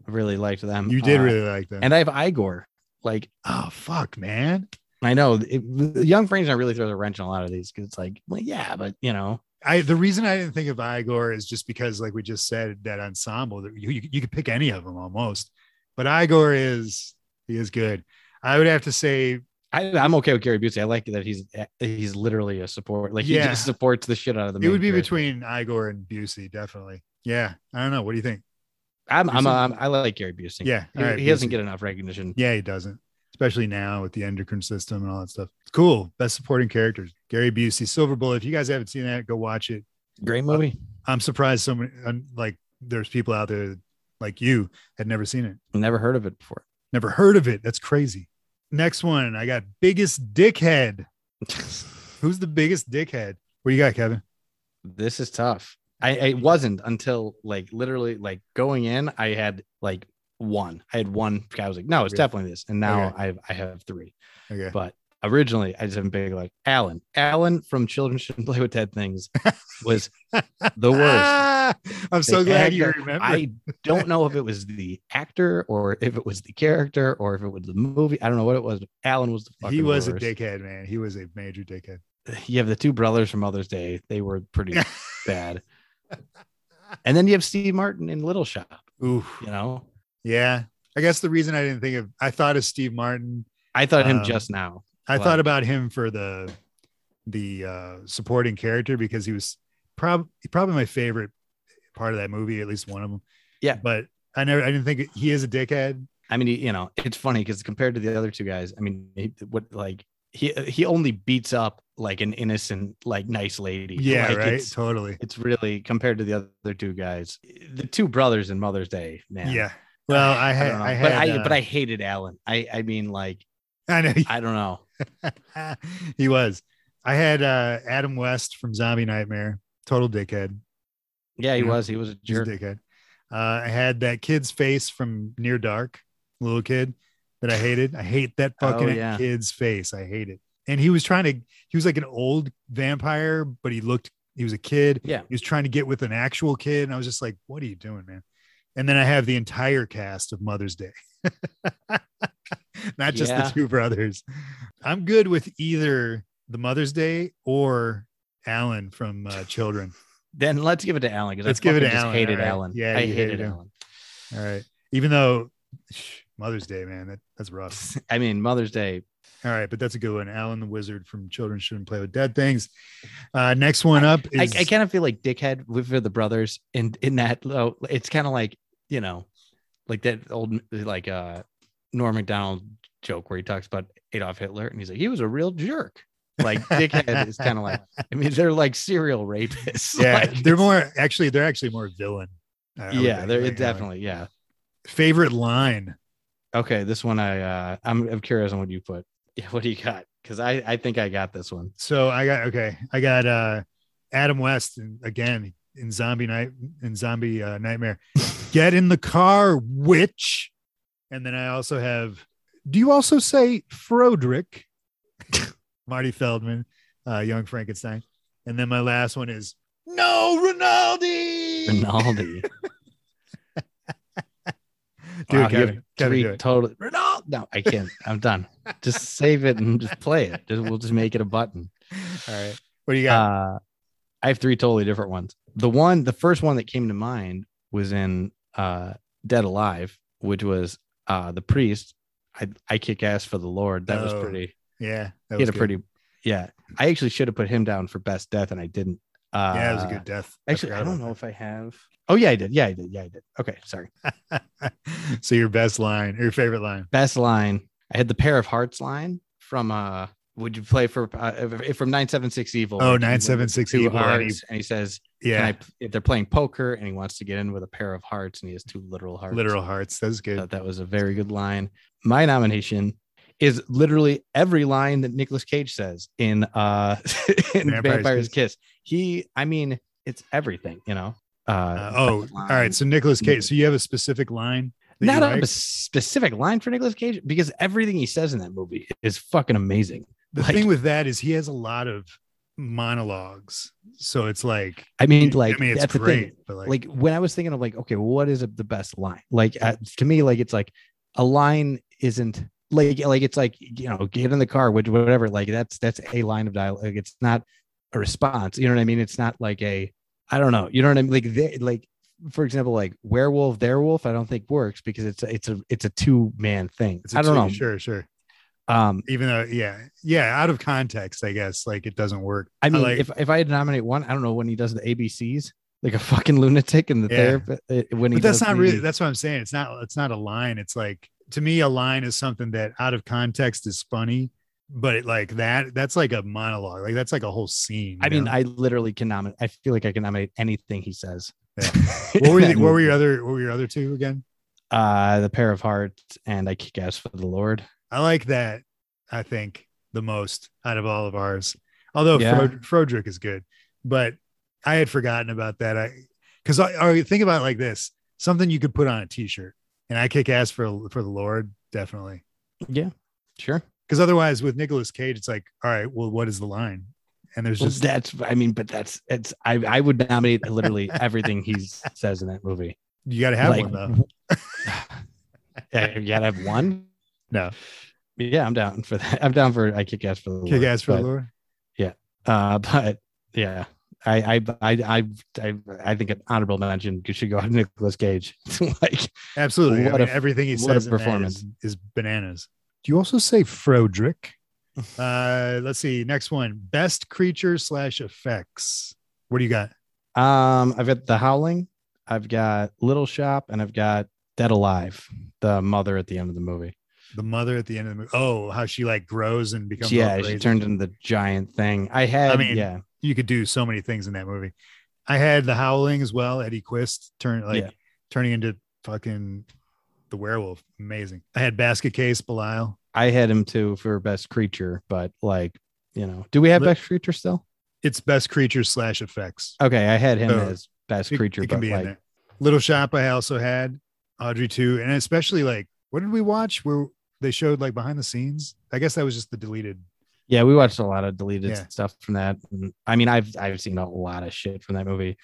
I really liked them. You did Uh, really like them. And I have Igor. Like oh fuck, man. I know it, young Frankenstein really throws a wrench in a lot of these because it's like, well, yeah, but you know, I the reason I didn't think of Igor is just because, like we just said, that ensemble that you, you you could pick any of them almost, but Igor is he is good. I would have to say I, am okay with Gary Busey. I like that he's eh, he's literally a support. Like he Yeah. just supports the shit out of the. it main would be character. between Igor and Busey, definitely. Yeah, I don't know. What do you think? I'm, I'm, Busey? I'm I like Gary Busey. Yeah, he, all right, he doesn't Busey. get enough recognition. Yeah, he doesn't, especially now with the endocrine system and all that stuff. It's cool. Best supporting characters: Gary Busey, Silver Bullet. If you guys haven't seen that, go watch it. Great movie. I'm surprised so many un- like there's people out there like you had never seen it, Never heard of it before. never heard of it. That's crazy. Next one, I got biggest dickhead. Who's the biggest dickhead? What you got, Kevin? this is tough. I it wasn't until like literally like going in. I had like one. I had one. I was like, no, it's Okay. definitely this. And now Okay. I have, I have three. Okay. But originally, I just have big like Alan. Alan from Children Shouldn't Play with Dead Things was the worst. Ah, I'm so The glad you actor- remember. I don't know if it was the actor or if it was the character or if it was the movie. I don't know what it was. but Alan was the fucking he was worst. a dickhead, man. He was a major dickhead. You have the two brothers from Mother's Day. They were pretty bad. And then you have Steve Martin in Little Shop. Ooh, You know, yeah. I guess the reason I didn't think of, I thought of Steve Martin. I thought him Um, just now. I Wow. thought about him for the the uh, supporting character because he was prob- probably my favorite part of that movie, at least one of them. Yeah. but I never, I didn't think it- he is a dickhead. I mean, he- you know, it's funny because compared to the other two guys, I mean, he, what like he he only beats up like an innocent, like nice lady. Yeah, Like, right, It's, totally. it's really compared to the other two guys, the two brothers in Mother's Day. Man, Yeah. Well, I had, don't know. I, had, but I uh, but I hated Alan. I I mean, like I know I don't know. he was. I had uh, Adam West from Zombie Nightmare, total dickhead. Yeah, he Yeah. was he was a He's a jerk. dickhead. Uh, I had that kid's face from Near Dark, little kid that I hated. I hate that Oh, fucking yeah. kid's face. I hate it. And he was trying to, he was like an old vampire, but he looked, he was a kid. Yeah. He was trying to get with an actual kid. And I was just like, what are you doing, man? And then I have the entire cast of Mother's Day, not just Yeah. the two brothers. I'm good with either the Mother's Day or Alan from uh, Children. Then let's give it to Alan because Let's I give it fucking to just Alan, hated all right. Alan. Yeah, I you hated, hated him. Alan. All right. Even though Mother's Day, man, that, that's rough. I mean, Mother's Day. All right, but that's a good one. Alan the Wizard from Children Shouldn't Play with Dead Things. Uh, next one up I, is I kind of feel like dickhead with the brothers in in that though it's kind of like you know like that old like uh norm mcdonald joke where he talks about adolf hitler and he's like he was a real jerk like dickhead is kind of like i mean they're like serial rapists yeah, Like, they're more actually they're actually more villain. uh, I- I would yeah think, they're like Alan. definitely yeah favorite line. okay this one i uh i'm, I'm curious on what you put yeah what do you got because i i think i got this one So I got okay, I got uh, Adam West and again in Zombie Night in Zombie uh, Nightmare. Get in the car, witch. And then I also have. Do you also say Frodrick? Marty Feldman, uh, Young Frankenstein. And then my last one is No Rinaldi. rinaldi Dude, Wow, you have Kevin, Kevin, three do it. total Rinaldi. No, I can't. I'm done. just save it and just play it. Just- we'll just make it a button. All right. What do you got? Uh, I have three totally different ones. The one, the first one that came to mind was in uh, Dead Alive, which was uh, the priest. I, I kick ass for the Lord. That was Oh, pretty. yeah. That He had a good. pretty. Yeah, I actually should have put him down for best death, and I didn't. Uh, Yeah, it was a good death. Actually, I don't know if I have. Oh yeah, I did. Yeah, I did. Yeah, I did. Okay, sorry. know. so your best line, or your favorite line. best line. I had the pair of hearts line from uh would you play for uh, if- from 976 evil Oh, like, 976 two Evil, and he- hearts and he says Yeah. yeah if they're playing poker and he wants to get in with a pair of hearts and he has two literal hearts Literal hearts. That's I good. thought that was a very good line my nomination is literally every line that Nicolas Cage says in uh in Vampire's Vampire's, Kiss. he I mean it's everything you know uh, Uh, oh, best all line. right. So Nicholas Cage. So you have a specific line. that um, you not like? um, a specific line for Nicolas Cage because everything he says in that movie is fucking amazing. the like- thing with that is he has a lot of monologues. So it's like, I mean, like I mean, it's that's the great, thing. but like, Like when I was thinking of like, okay, what is the best line? Like uh, to me, like it's like a line isn't like like it's like you know, get in the car, which whatever. Like that's that's a line of dialogue. It's not a response. You know what I mean? It's not like a I don't know. You know what I mean? Like they like for example, like werewolf, werewolf. I don't think works because it's a, it's a it's a two man thing. it's a I I don't two- know. Sure, sure. Um, even though yeah yeah out of context i guess like it doesn't work I mean, like, if if I had to nominate one, I don't know when he does the ABCs, like a fucking lunatic in the Yeah. therapy. uh, When he but that's does not the- really that's what i'm saying it's not it's not a line it's like to me a line is something that out of context is funny but it, like that that's like a monologue like that's like a whole scene I you mean, know? I literally can nominate. I feel like I can nominate anything he says. Yeah. what were the, what were your other what were your other two again Uh, the pair of hearts and I kick ass for the Lord. i like that i think the most out of all of ours although Yeah. Frod- frodrick is good but i had forgotten about that i because I, I think about it like this something you could put on a t-shirt and i kick ass for for the lord definitely Yeah, sure. Because otherwise, with Nicolas Cage, it's like, all right, well, what is the line? And there's Well, just that's. I mean, but that's. It's. I. I would nominate literally everything he says in that movie. you got to have Like, one though. w- yeah, you gotta have one. No, Yeah, I'm down for that. I'm down for I kick ass for the Lord. kick ass for but- the Lord. Uh, but yeah, I I I I I, I think an honorable mention should go out to Nicolas Cage. like, Absolutely. I What mean, a- everything he what a says in that performance. is, is bananas. Do you also say Frodrick? uh, let's see. Next one, best creature slash effects. What do you got? um, I've got The Howling, I've got Little Shop, and I've got Dead Alive, the mother at the end of the movie. The mother at the end of the movie. Oh, how she like grows and becomes. all yeah, she crazy. turned into the giant thing. I had. mean- yeah, you could do so many things in that movie. I had the Howling as well. Eddie Quist turn like Yeah. turning into fucking the werewolf. Amazing. I had Basket Case Belial. I had him too for best creature, but like, you know, do we have Look- best creature still? It's best creature slash effects. Okay, I had him So, as best It- creature, it, can but be in like, there. Little Shop. I also had Audrey too, and especially like what did we watch where they showed like behind the scenes? I guess that was just the deleted. Yeah, we watched a lot of deleted Yeah. stuff from that. And, I mean, I've I've seen a lot of shit from that movie,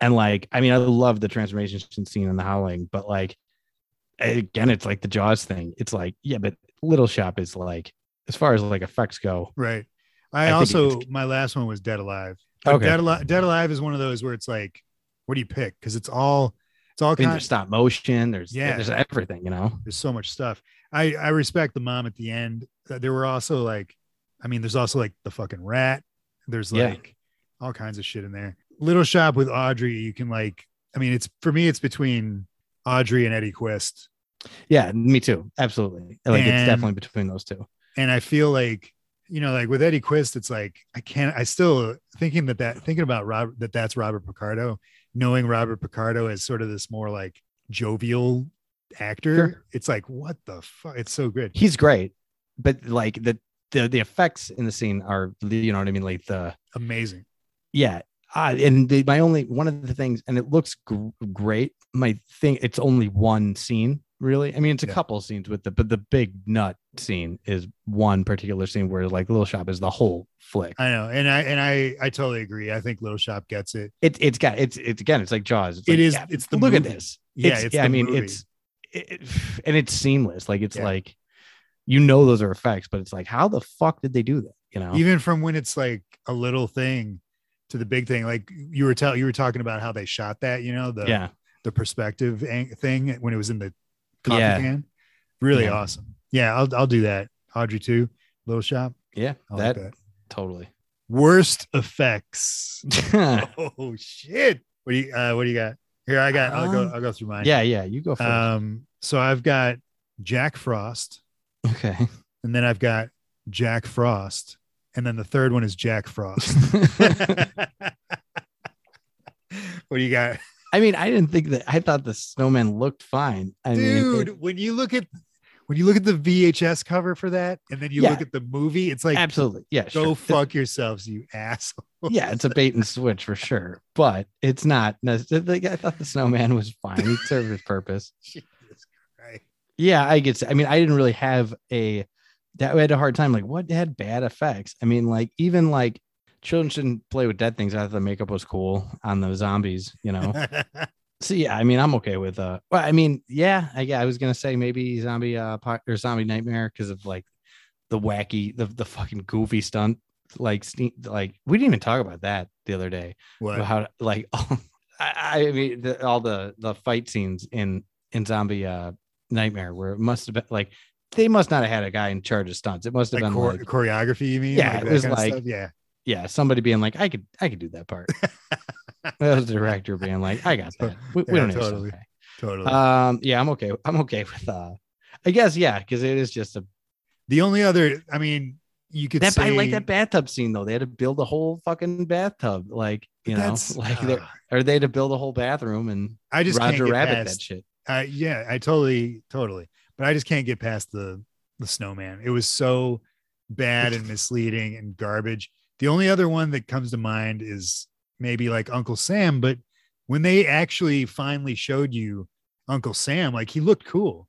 and like, I mean, I love the transformation scene in The Howling, but like, again, it's like the Jaws thing. It's like, yeah, but Little Shop is like, as far as like effects go, Right. I I, think also it's- my last one was Dead Alive. But okay, Dead Alive. Dead Alive is one of those where it's like, what do you pick? Because it's all it's all I mean, kind there's stop motion, there's Yeah. yeah, there's everything, you know. there's so much stuff. I I respect the mom at the end. Uh, There were also like, I mean, there's also like the fucking rat. There's Yeah. like all kinds of shit in there. Little Shop with Audrey, you can like, I mean, it's for me, it's between Audrey and Eddie Quest, Yeah, me too, absolutely. Like, And- it's definitely between those two. and I feel like, you know, like with Eddie Quest, it's like I can't. I still thinking that that thinking about Rob that that's Robert Picardo, knowing Robert Picardo as sort of this more like jovial actor. Sure. It's like what the fuck? It's so good. He's great, but like the the the effects in the scene are, you know what I mean, like the Amazing. yeah uh, and the, my only one of the things and it looks gr- great my thing it's only one scene really i mean it's a Yeah. couple scenes with the but the big nut scene is one particular scene where like little shop is the whole flick I know, and I and I I totally agree. I think Little Shop gets it. it, it's got it's it's again it's like jaws it's It like, is- yeah, it's the look movie. at this Yeah, it's, it's, yeah the i mean movie. it's it, it- and it's seamless like it's Yeah. like you know those are effects but it's like how the fuck did they do that you know even from when it's like a little thing to the big thing. Like you were telling, you were talking about how they shot that. You know, the yeah the perspective ang- thing when it was in the coffee Yeah. can. Really Yeah. awesome. Yeah, I'll I'll do that. Audrey too. Little Shop. yeah I that, like that. totally Worst effects. yeah oh shit. What do you uh, What do you got? Here I got. I'll go. Um, I'll go through mine. yeah you go first Um. So I've got Jack Frost. okay and then I've got Jack Frost, and then the third one is Jack Frost. what do you got, I mean, I didn't think that. I thought the snowman looked fine. I mean, dude? it- when you look at when you look at the VHS cover for that, and then you Yeah. look at the movie, it's like absolutely, yeah, go sure. fuck yourselves, you asshole. yeah, it's a bait and switch for sure, but it's not. necess- Like, I thought the snowman was fine. It served its purpose. Jesus Christ. Yeah, I get. I mean, I didn't really have a. That we had a hard time. Like, what had bad effects? I mean, like even like children shouldn't play with dead things. I thought the makeup was cool on the zombies. You know. So yeah, I mean, I'm okay with uh. Well, I mean, yeah, I yeah, I was gonna say maybe zombie uh po- or zombie nightmare because of like the wacky, the the fucking goofy stunt. Like, sne- like we didn't even talk about that the other day. what? about How like I, I mean, the, all the the fight scenes in in zombie uh nightmare where it must have been like they must not have had a guy in charge of stunts. It must have Like been chor- like, choreography, you mean? Yeah, like it that was kind of like- stuff? yeah, yeah, somebody being like, I could, I could do that part. that was the director being like, I got that. We, we Yeah, don't need a stunt totally. guy." totally. Um, yeah, I'm okay. I'm okay with. uh I guess yeah, because it is just a the only other, I mean, you could that. say I like that bathtub scene though. They had to build a whole fucking bathtub, like you know, that's- like uh, they're or they had to build a whole bathroom and I just can't Roger get Rabbit past. that shit. I yeah, I totally, totally. But I just can't get past the the snowman. It was so bad and misleading and garbage. The only other one that comes to mind is maybe like Uncle Sam, but when they actually finally showed you Uncle Sam, like he looked cool.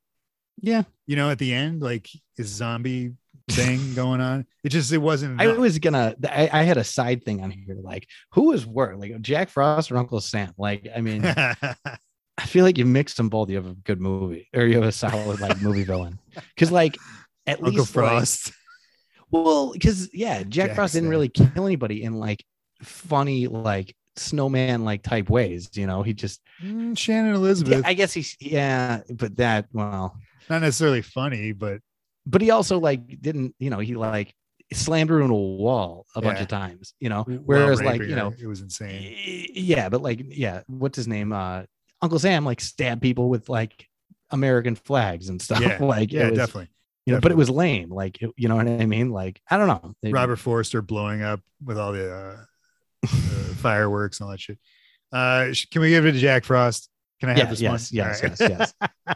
Yeah, You know, at the end, like his zombie thing going on. It just it wasn't. I enough. was gonna. I, I had a side thing on here, like who is worse, like Jack Frost or Uncle Sam? Like, I mean, I feel like you mix them both. You have a good movie, or you have a solid like movie villain. Because like at Uncle least like, Frost. Well, because yeah, Jack Jack Frost didn't said. really kill anybody in like funny, like snowman like type ways. You know, he just Mm, Shannon yeah, Elizabeth, I guess he's yeah, but that well, not necessarily funny, but but he also like didn't, you know, he like slammed her into a wall a bunch Yeah. of times, you know. while Whereas like, raping you her, know, it was insane. y- yeah, but like, yeah, what's his name? Uh Uncle Sam like stabbed people with like American flags and stuff. Yeah, like Yeah, it was, definitely. you know, but it was lame. Like it- you know what I mean? Like, I don't know. It- Robert Forster blowing up with all the uh, uh, fireworks and all that shit. Uh, sh- can we give it to Jack Frost? Can I have yeah, this yes, one? yes, All right. yes, yes,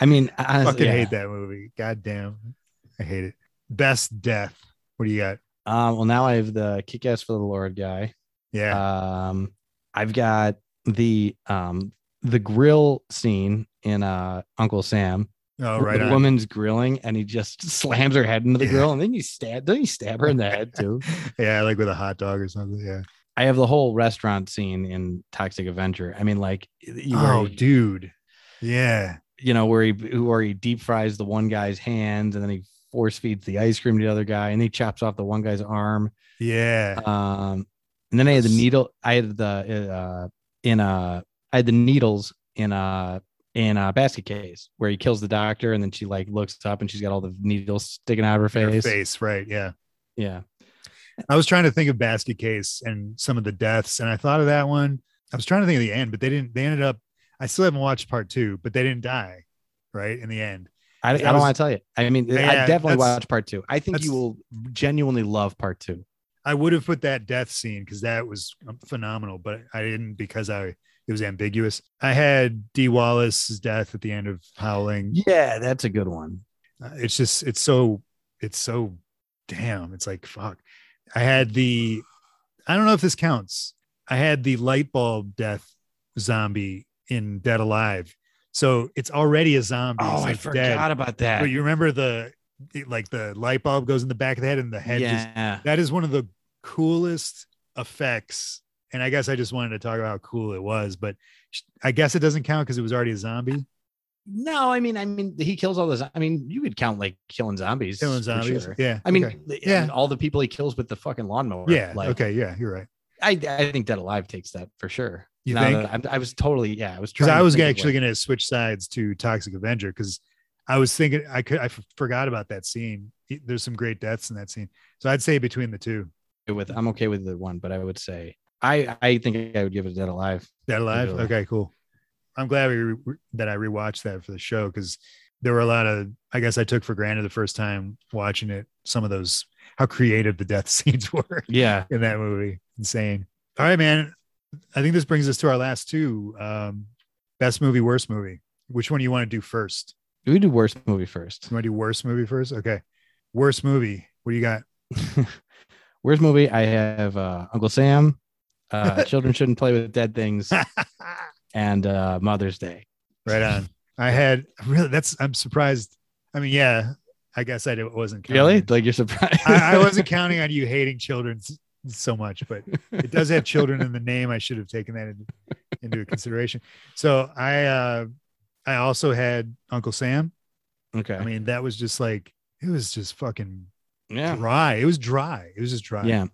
I mean, I honestly, fucking yeah. hate that movie. God damn, I hate it. Best death. What do you got? Um, well, now I have the kick ass for the Lord guy. Yeah, Um, I've got the um the grill scene in uh Uncle Sam. oh where right the on. woman's grilling, and he just slams her head into the Yeah. grill, and then you stab. Don't you stab her in the head too? Yeah, like with a hot dog or something. Yeah. I have the whole restaurant scene in Toxic Avenger. I mean, like, you, oh, where he- dude. Yeah. you know, where he where he deep fries the one guy's hands, and then he force feeds the ice cream to the other guy, and he chops off the one guy's arm. Yeah. Um, and then I had the That's- needle. I had the uh, in uh, I had the needles in uh in a basket case where he kills the doctor, and then she like looks up and she's got all the needles sticking out of her Her face. face. Right. Yeah. Yeah, I was trying to think of Basket Case and some of the deaths, and I thought of that one. I was trying to think of the end, but they didn't. They ended up. I still haven't watched part two, but they didn't die, right? In the end, I, I That don't was- want to tell you. I mean, Yeah, I definitely that's- watch part two. I think you that's- will genuinely love part two. I would have put that death scene because that was um, phenomenal, but I didn't because I it was ambiguous. I had D Wallace's death at the end of Howling. Yeah, that's a good one. Uh, It's just it's so it's so damn. It's like fuck. I had the I don't know if this counts. I had the light bulb death zombie in Dead Alive, so it's already a zombie. Oh, so I it's forgot dead. about that. But you remember the it- like the light bulb goes in the back of the head and the head just yeah, that is one of the coolest effects and i guess i just wanted to talk about how cool it was but sh- i guess it doesn't count because it was already a zombie no, I mean, I mean, he kills all those. I mean, you could count like killing zombies. killing for zombies sure. yeah I mean, okay. th- Yeah. and all the people he kills with the fucking lawnmower. yeah like, okay yeah you're right I, I think Dead Alive takes that for sure. You Now think? that I'm, I was totally yeah. I was because trying i to was think of, actually like, going to switch sides to toxic avenger because i was thinking i could i f- forgot about that scene Y- there's some great deaths in that scene so i'd say between the two with I'm okay with the one, but I would say I I think I would give it Dead Alive. that alive Really? okay cool i'm glad we re- re- that i rewatched that for the show because there were a lot of i guess i took for granted the first time watching it some of those how creative the death scenes were Yeah, in that movie insane all right man i think this brings us to our last two um best movie worst movie which one do you want to do first we do worst movie first. you want to do worst movie first okay worst movie what do you got worst movie I have uh, Uncle Sam, uh, Children Shouldn't Play with Dead Things, and uh, Mother's Day. right on i had really that's i'm surprised i mean yeah i guess i didn't- wasn't counting. Really? Like you're surprised? I, I wasn't counting on you hating children s- so much, but it does have children in the name. I should have taken that into, into consideration. So I, uh, I also had Uncle Sam. okay. I mean, that was just like it was just fucking yeah. dry. It was dry. It was just dry. Yeah.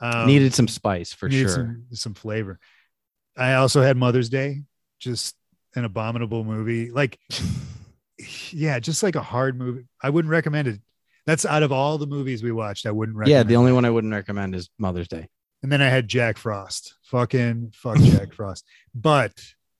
um, needed some spice for needed sure. some, some flavor. I also had Mother's Day, just an abominable movie. Like yeah, just like a hard movie. I wouldn't recommend it. That's out of all the movies we watched, I wouldn't yeah, recommend. the only one I wouldn't recommend is Mother's Day. and then I had Jack Frost. Fucking fuck Jack Frost. But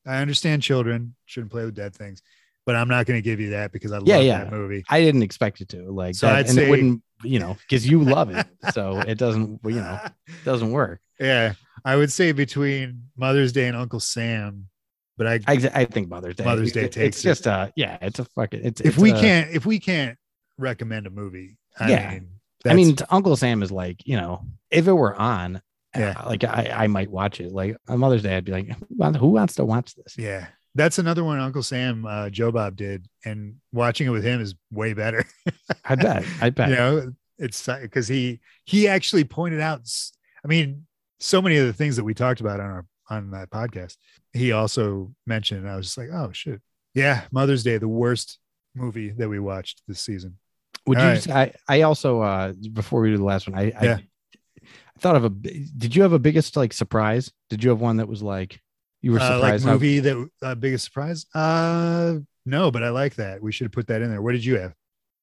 I understand children shouldn't play with dead things, but I'm not going to give you that because I love Yeah, yeah. that movie. I didn't expect it to like So that, I'd and say- it wouldn't, you know, because you love it, so it doesn't, you know, doesn't work. yeah, I would say between Mother's Day and Uncle Sam, but I I, I think Mother's Day. Mother's Day it- takes it's it. just uh yeah, it's a fucking. It's if it's we a- can't if we can't recommend a movie, I Yeah. mean, I mean, t- Uncle Sam is like you know, if it were on, Yeah. uh, like I I might watch it. Like on Mother's Day, I'd be like, who wants, who wants to watch this? yeah, that's another one Uncle Sam uh, Joe Bob did, and watching it with him is way better. I bet, I bet. you know, it's because he he actually pointed out. s- I mean, so many of the things that we talked about on our on that podcast, he also mentioned. And I was just like, oh shit, yeah, Mother's Day, the worst movie that we watched this season. Would All you? right. say- I I also uh before we do the last one, I Yeah. I, I thought of a. bi- Did you have a biggest like surprise? Did you have one that was like you were Uh, like surprised? how- movie that uh, biggest surprise? Uh, no, but I like that. We should have put that in there. What did you have?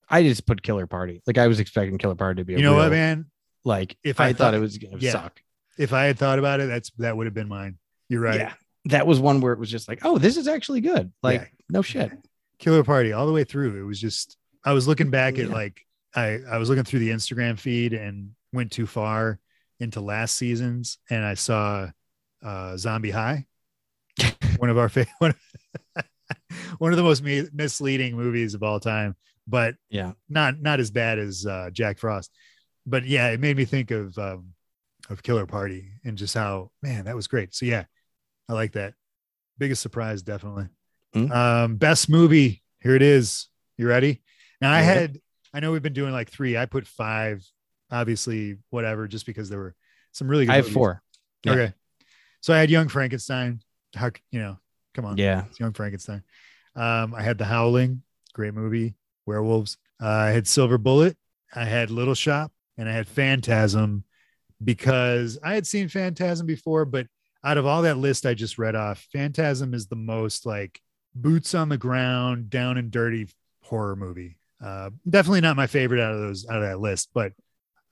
I just put Killer Party. Like I was expecting Killer Party to be. A You know what, real- man? Like If if I I, thought- thought it was gonna yeah. suck. If I had thought about it, that's that would have been mine. You're right. Yeah. That was one where it was just like, oh, this is actually good. Like, Yeah. no shit. Killer Party all the way through. It was just I was looking back at Yeah. like I I was looking through the Instagram feed and went too far into last season's and I saw uh Zombie High, one of our fa- one of, one of the most mi- misleading movies of all time, but Yeah. not not as bad as uh Jack Frost. But yeah, it made me think of um of Killer Party and just how man, that was great. So yeah, I like that. Biggest surprise, definitely. Mm. Um, best movie. Here it is. You ready? Now I Yeah. had I know we've been doing like three. I put five, obviously, whatever, just because there were some really good I have movies. four. yeah. Okay. So I had Young Frankenstein. How c- you know, come on. Yeah. It's Young Frankenstein. Um, I had The Howling, great movie, werewolves. Uh, I had Silver Bullet. I had Little Shop, and I had Phantasm because I had seen Phantasm before, but out of all that list I just read off, Phantasm is the most like boots on the ground, down and dirty horror movie. Uh, definitely not my favorite out of those out of that list, but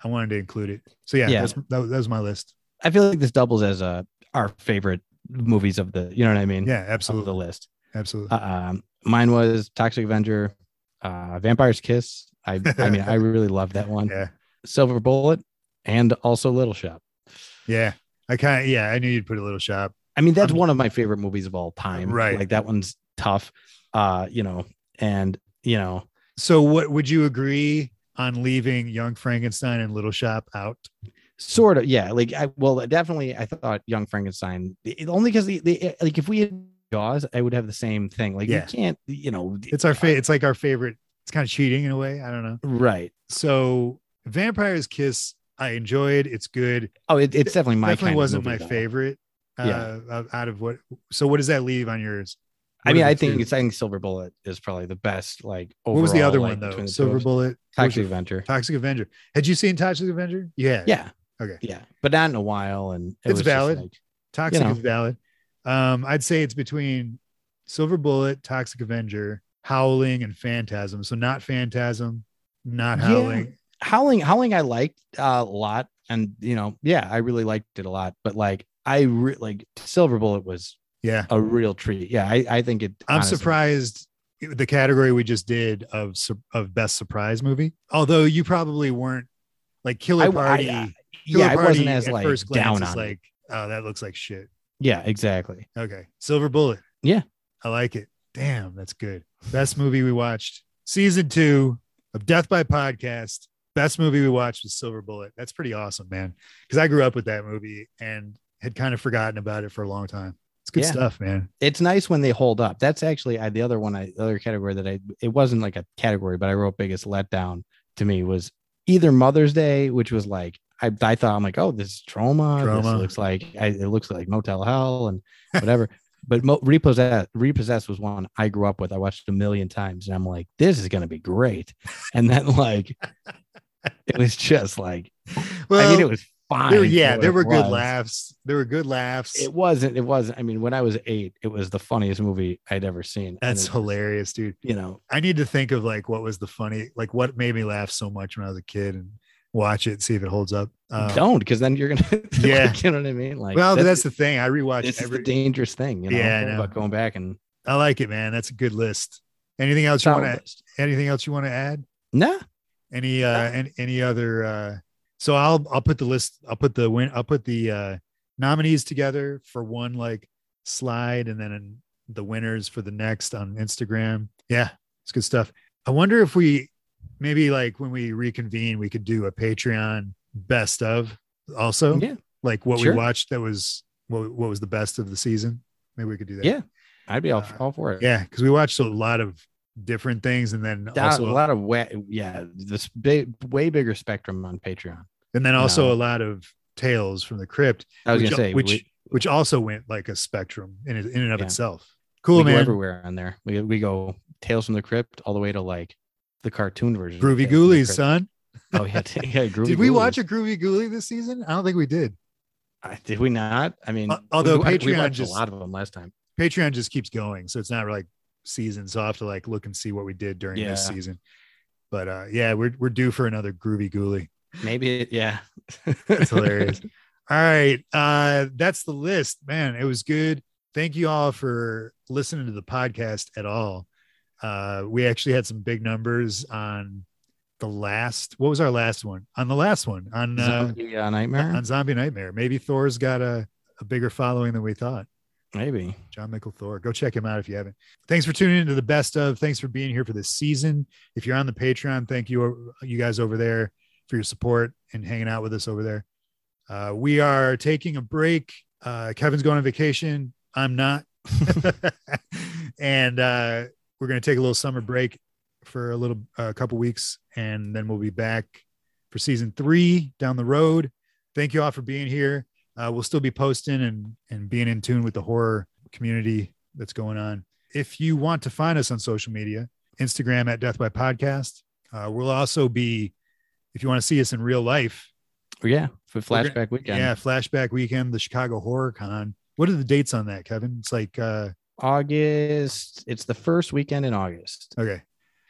I wanted to include it. So yeah, Yeah. That's, that, was- that was my list. I feel like this doubles as uh, our favorite movies of the, you know what I mean? Yeah, Of the absolutely, list. absolutely. Uh, um, mine was Toxic Avenger, uh, Vampire's Kiss. I, I mean, I really love that one. Yeah. Silver Bullet and also Little Shop. yeah, I kind of yeah, I knew you'd put a little shop. I mean, that's I'm- one of my favorite movies of all time. Right. Like that one's tough. Uh, you know, and you know, So what would you agree on leaving Young Frankenstein and Little Shop out? sort of yeah like i well definitely i thought young frankenstein it, only because the, the like if we had jaws i would have the same thing like Yeah. you can't you know the- It's our fa- it's like our favorite. It's kind of cheating in a way. I don't know. right So Vampire's Kiss, I enjoyed. It's good. oh it, it's definitely my kind Definitely of wasn't movie, my though. favorite. Uh, Yeah. of- out of what? So what does that leave on yours? i What mean are i the think two? it's i think silver bullet is probably the best like overall, what was the other one like, between though? the two Silver of us. Bullet, toxic What was your- adventure Toxic Avenger. Had you seen Toxic Avenger? Yeah, yeah Okay. yeah but not in a while and it It's was just valid. like- Toxic you know. is valid. Um, I'd say it's between Silver Bullet, Toxic Avenger, Howling, and Phantasm. So not Phantasm, not Yeah. Howling. howling howling i liked uh, a lot and you know yeah i really liked it a lot but like i re- like silver bullet was Yeah. a real treat yeah i, I think it I'm honestly- surprised the category we just did of sur- of best surprise movie. Although you probably weren't like Killer I- I- Party. I- Killer yeah, I wasn't Party as at like first glance down is on it. like, oh, that looks like shit. Yeah, exactly. Okay, Silver Bullet. Yeah. I like it. Damn, that's good. Best movie we watched. Season two of Death by Podcast. Best movie we watched was Silver Bullet. That's pretty awesome, man. Because I grew up with that movie and had kind of forgotten about it for a long time. It's good Yeah. stuff, man. It's nice when they hold up. That's actually I, the other one, I, the other category that I, it wasn't like a category, but I wrote biggest letdown to me was either Mother's Day, which was like, I, I thought I'm like, oh, this is trauma. Trauma. This looks like, I, it looks like Motel Hell and whatever. but Mo, Repossess, Repossess was one I grew up with. I watched it a million times and I'm like, this is going to be great. And then like, it was just like, Well, I mean, it was fine. There, yeah, for there what were it good was. laughs. There were good laughs. It wasn't. It wasn't. I mean, when I was eight, it was the funniest movie I'd ever seen. And That's it- hilarious, dude. You know, I need to think of like what was the funny, like what made me laugh so much when I was a kid and watch it, see if it holds up. Um, don't because then you're gonna. yeah. like, you know what I mean. Like, well, that's, the thing. I this rewatch is the every. dangerous thing. You know, Yeah, I know. about going back and I like it, man. That's a good list. Anything else you want to? Anything else you want to add? Nah, any uh any, any other uh so i'll i'll put the list i'll put the win i'll put the uh nominees together for one like slide and then in the winners for the next on instagram yeah it's good stuff i wonder if we maybe like when we reconvene we could do a patreon best of also yeah, like what sure. we watched that was what, what was the best of the season maybe we could do that Yeah. I'd be all, Uh, all for it. yeah because we watched a lot of different things and then Down- also a lot of way, yeah, this big, way bigger spectrum on Patreon. and then also No. a lot of tales from the crypt I was Which- gonna say, which- we, which also went like a spectrum in in and of Yeah. itself. Cool, we go man. everywhere on there. We we go Tales from the Crypt all the way to like the cartoon version. of Groovy Tales from the Ghoulies, Crypt. son. Oh yeah, t- yeah. Groovy did we Ghoulies. watch a Groovy Ghoulie this season? I don't think we did. I- Did we not? I mean, Uh, although we, we Patreon watched just- a lot of them last time. Patreon just keeps going, so it's not like season. So I will have to like look and see what we did during this Yeah. season. But uh, yeah, we're we're due for another Groovy Ghoulie. Maybe, it, yeah. That's hilarious. All right, uh, that's the list, man. It was good. Thank you all for listening to the podcast at all. Uh, we actually had some big numbers on the last. What was our last one? On the last one on uh, Zombie, uh, nightmare. on Zombie Nightmare. Maybe Thor's got a, a bigger following than we thought. Maybe. John Michael Thor. Go check him out if you haven't. Thanks for tuning into the best of. Thanks for being here for this season. If you're on the Patreon, thank you, you guys over there, for your support and hanging out with us over there. Uh, we are taking a break. Uh, Kevin's going on vacation. I'm not. and uh, we're going to take a little summer break for a little, a couple weeks, and then we'll be back for season three down the road. Thank you all for being here. Uh, we'll still be posting and and being in tune with the horror community that's going on. If you want to find us on social media, Instagram at Death by Podcast. Uh, we'll also be, if you want to see us in real life, Yeah, for gonna- flashback weekend. yeah, Flashback Weekend, the Chicago Horror Con. What are the dates on that, Kevin? It's like uh, August. It's the first weekend in August. okay,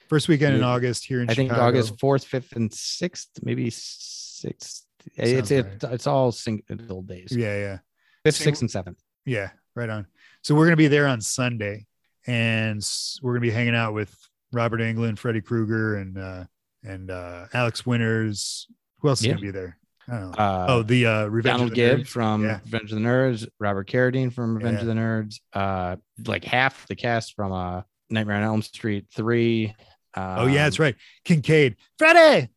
first weekend in Yeah. August here in I think Chicago. August fourth, fifth, and sixth, maybe sixth. Sounds It's right. it's, it's all single days. Yeah, yeah. Fifth, Sing- sixth, and seventh. Yeah, right on. So we're gonna be there on Sunday, and s- we're gonna be hanging out with Robert Englund, Freddy Krueger, and uh, and uh, Alex Winters. Who else is Yeah. gonna be there? I don't know. Uh, oh, the uh, Revenge Donald of the Gibb Nerds. from Yeah. Revenge of the Nerds, Robert Carradine from Revenge of Yeah. the Nerds, uh, like half the cast from uh, Nightmare on Elm Street three. Um, oh yeah, that's right. Kincaid, Freddy,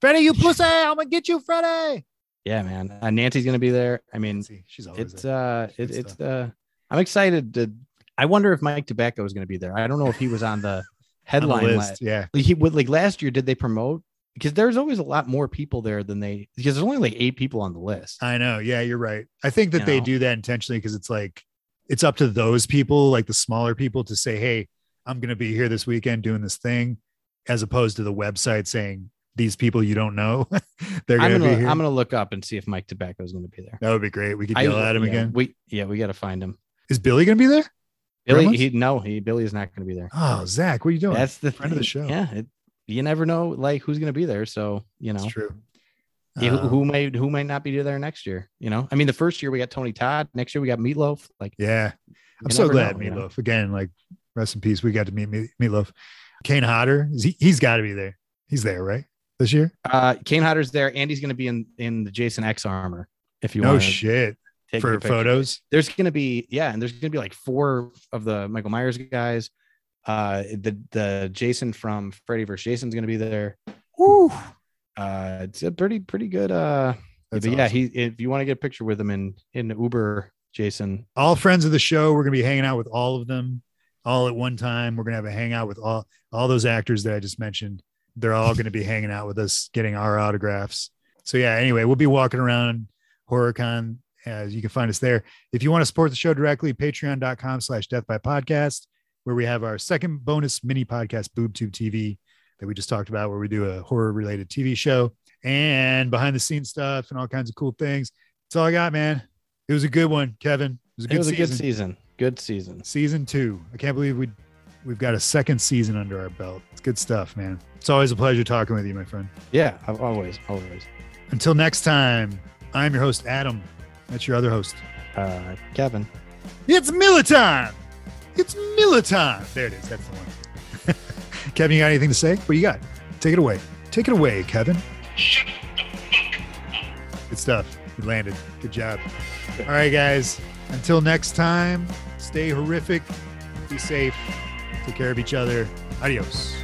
Freddy, you pussy! I'm gonna get you, Freddy. Yeah, man. Uh, Nancy's gonna be there. I mean, See, she's always it's there. uh, Good it, it's stuff. uh, I'm excited to. I wonder if Mike Tobacco is gonna be there. I don't know if he was on the On the headline list. last. Yeah, Like, he would like last year. Did they promote? Because there's always a lot more people there than they. Because there's only like eight people on the list. I know. Yeah, you're right. I think that You they know? do that intentionally because it's like it's up to those people, like the smaller people, to say, "Hey, I'm going to be here this weekend doing this thing," as opposed to the website saying these people you don't know they're I'm going to gonna be here. I'm gonna look up and see if Mike Tobacco is gonna be there. that would be great. We could I yell usually- at him yeah, again. We yeah, we got to find him. Is Billy going to be there? Gremlins? Billy, he, no, he Billy is not going to be there. Oh, Zach, what are you doing? That's the friend of the show. Yeah, it, you never know, like who's going to be there. So you know, That's true. yeah, who, Um, who may who might not be there next year. You know, I mean, the first year we got Tony Todd. Next year we got Meatloaf. Like, yeah, I'm you so never glad know, you know? Meatloaf again. Like, rest in peace. We got to meet Me- Meatloaf. Kane Hodder, is he, he's got to be there. He's there, right? This year? Uh, Kane Hodder's there. Andy's going to be in in the Jason X armor. If you no want shit to for photos. there's going to be yeah, and there's going to be like four of the Michael Myers guys. Uh, the the Jason from Freddy vs. Jason's going to be there. Woo. Uh, it's a pretty pretty good uh Yeah, That's but yeah, awesome. he if you want to get a picture with him in in Uber, Jason. all friends of the show. We're gonna be hanging out with all of them, all at one time. We're gonna have a hangout with all all those actors that I just mentioned. They're all gonna be hanging out with us, getting our autographs. So yeah. Anyway, we'll be walking around HorrorCon. Uh, you can find us there. If you want to support the show directly, patreon.com slash death by podcast, where we have our second bonus mini podcast, BoobTube TV, that we just talked about, where we do a horror related TV show. and behind the scenes stuff and all kinds of cool things. That's all I got, man. It was a good one, Kevin. It was a good, it was season. a good season. Good season. Season two. I can't believe we we've got a second season under our belt. It's good stuff, man. It's always a pleasure talking with you, my friend. Yeah, I've always, always. Until next time, I'm your host, Adam. That's your other host. Uh, Kevin. It's Militant. It's Militant. There it is. That's the one. Kevin, you got anything to say? What you got? Take it away. Take it away, Kevin. Good stuff. You landed. Good job. All right, guys. Until next time, stay horrific. Be safe. Take care of each other. Adios.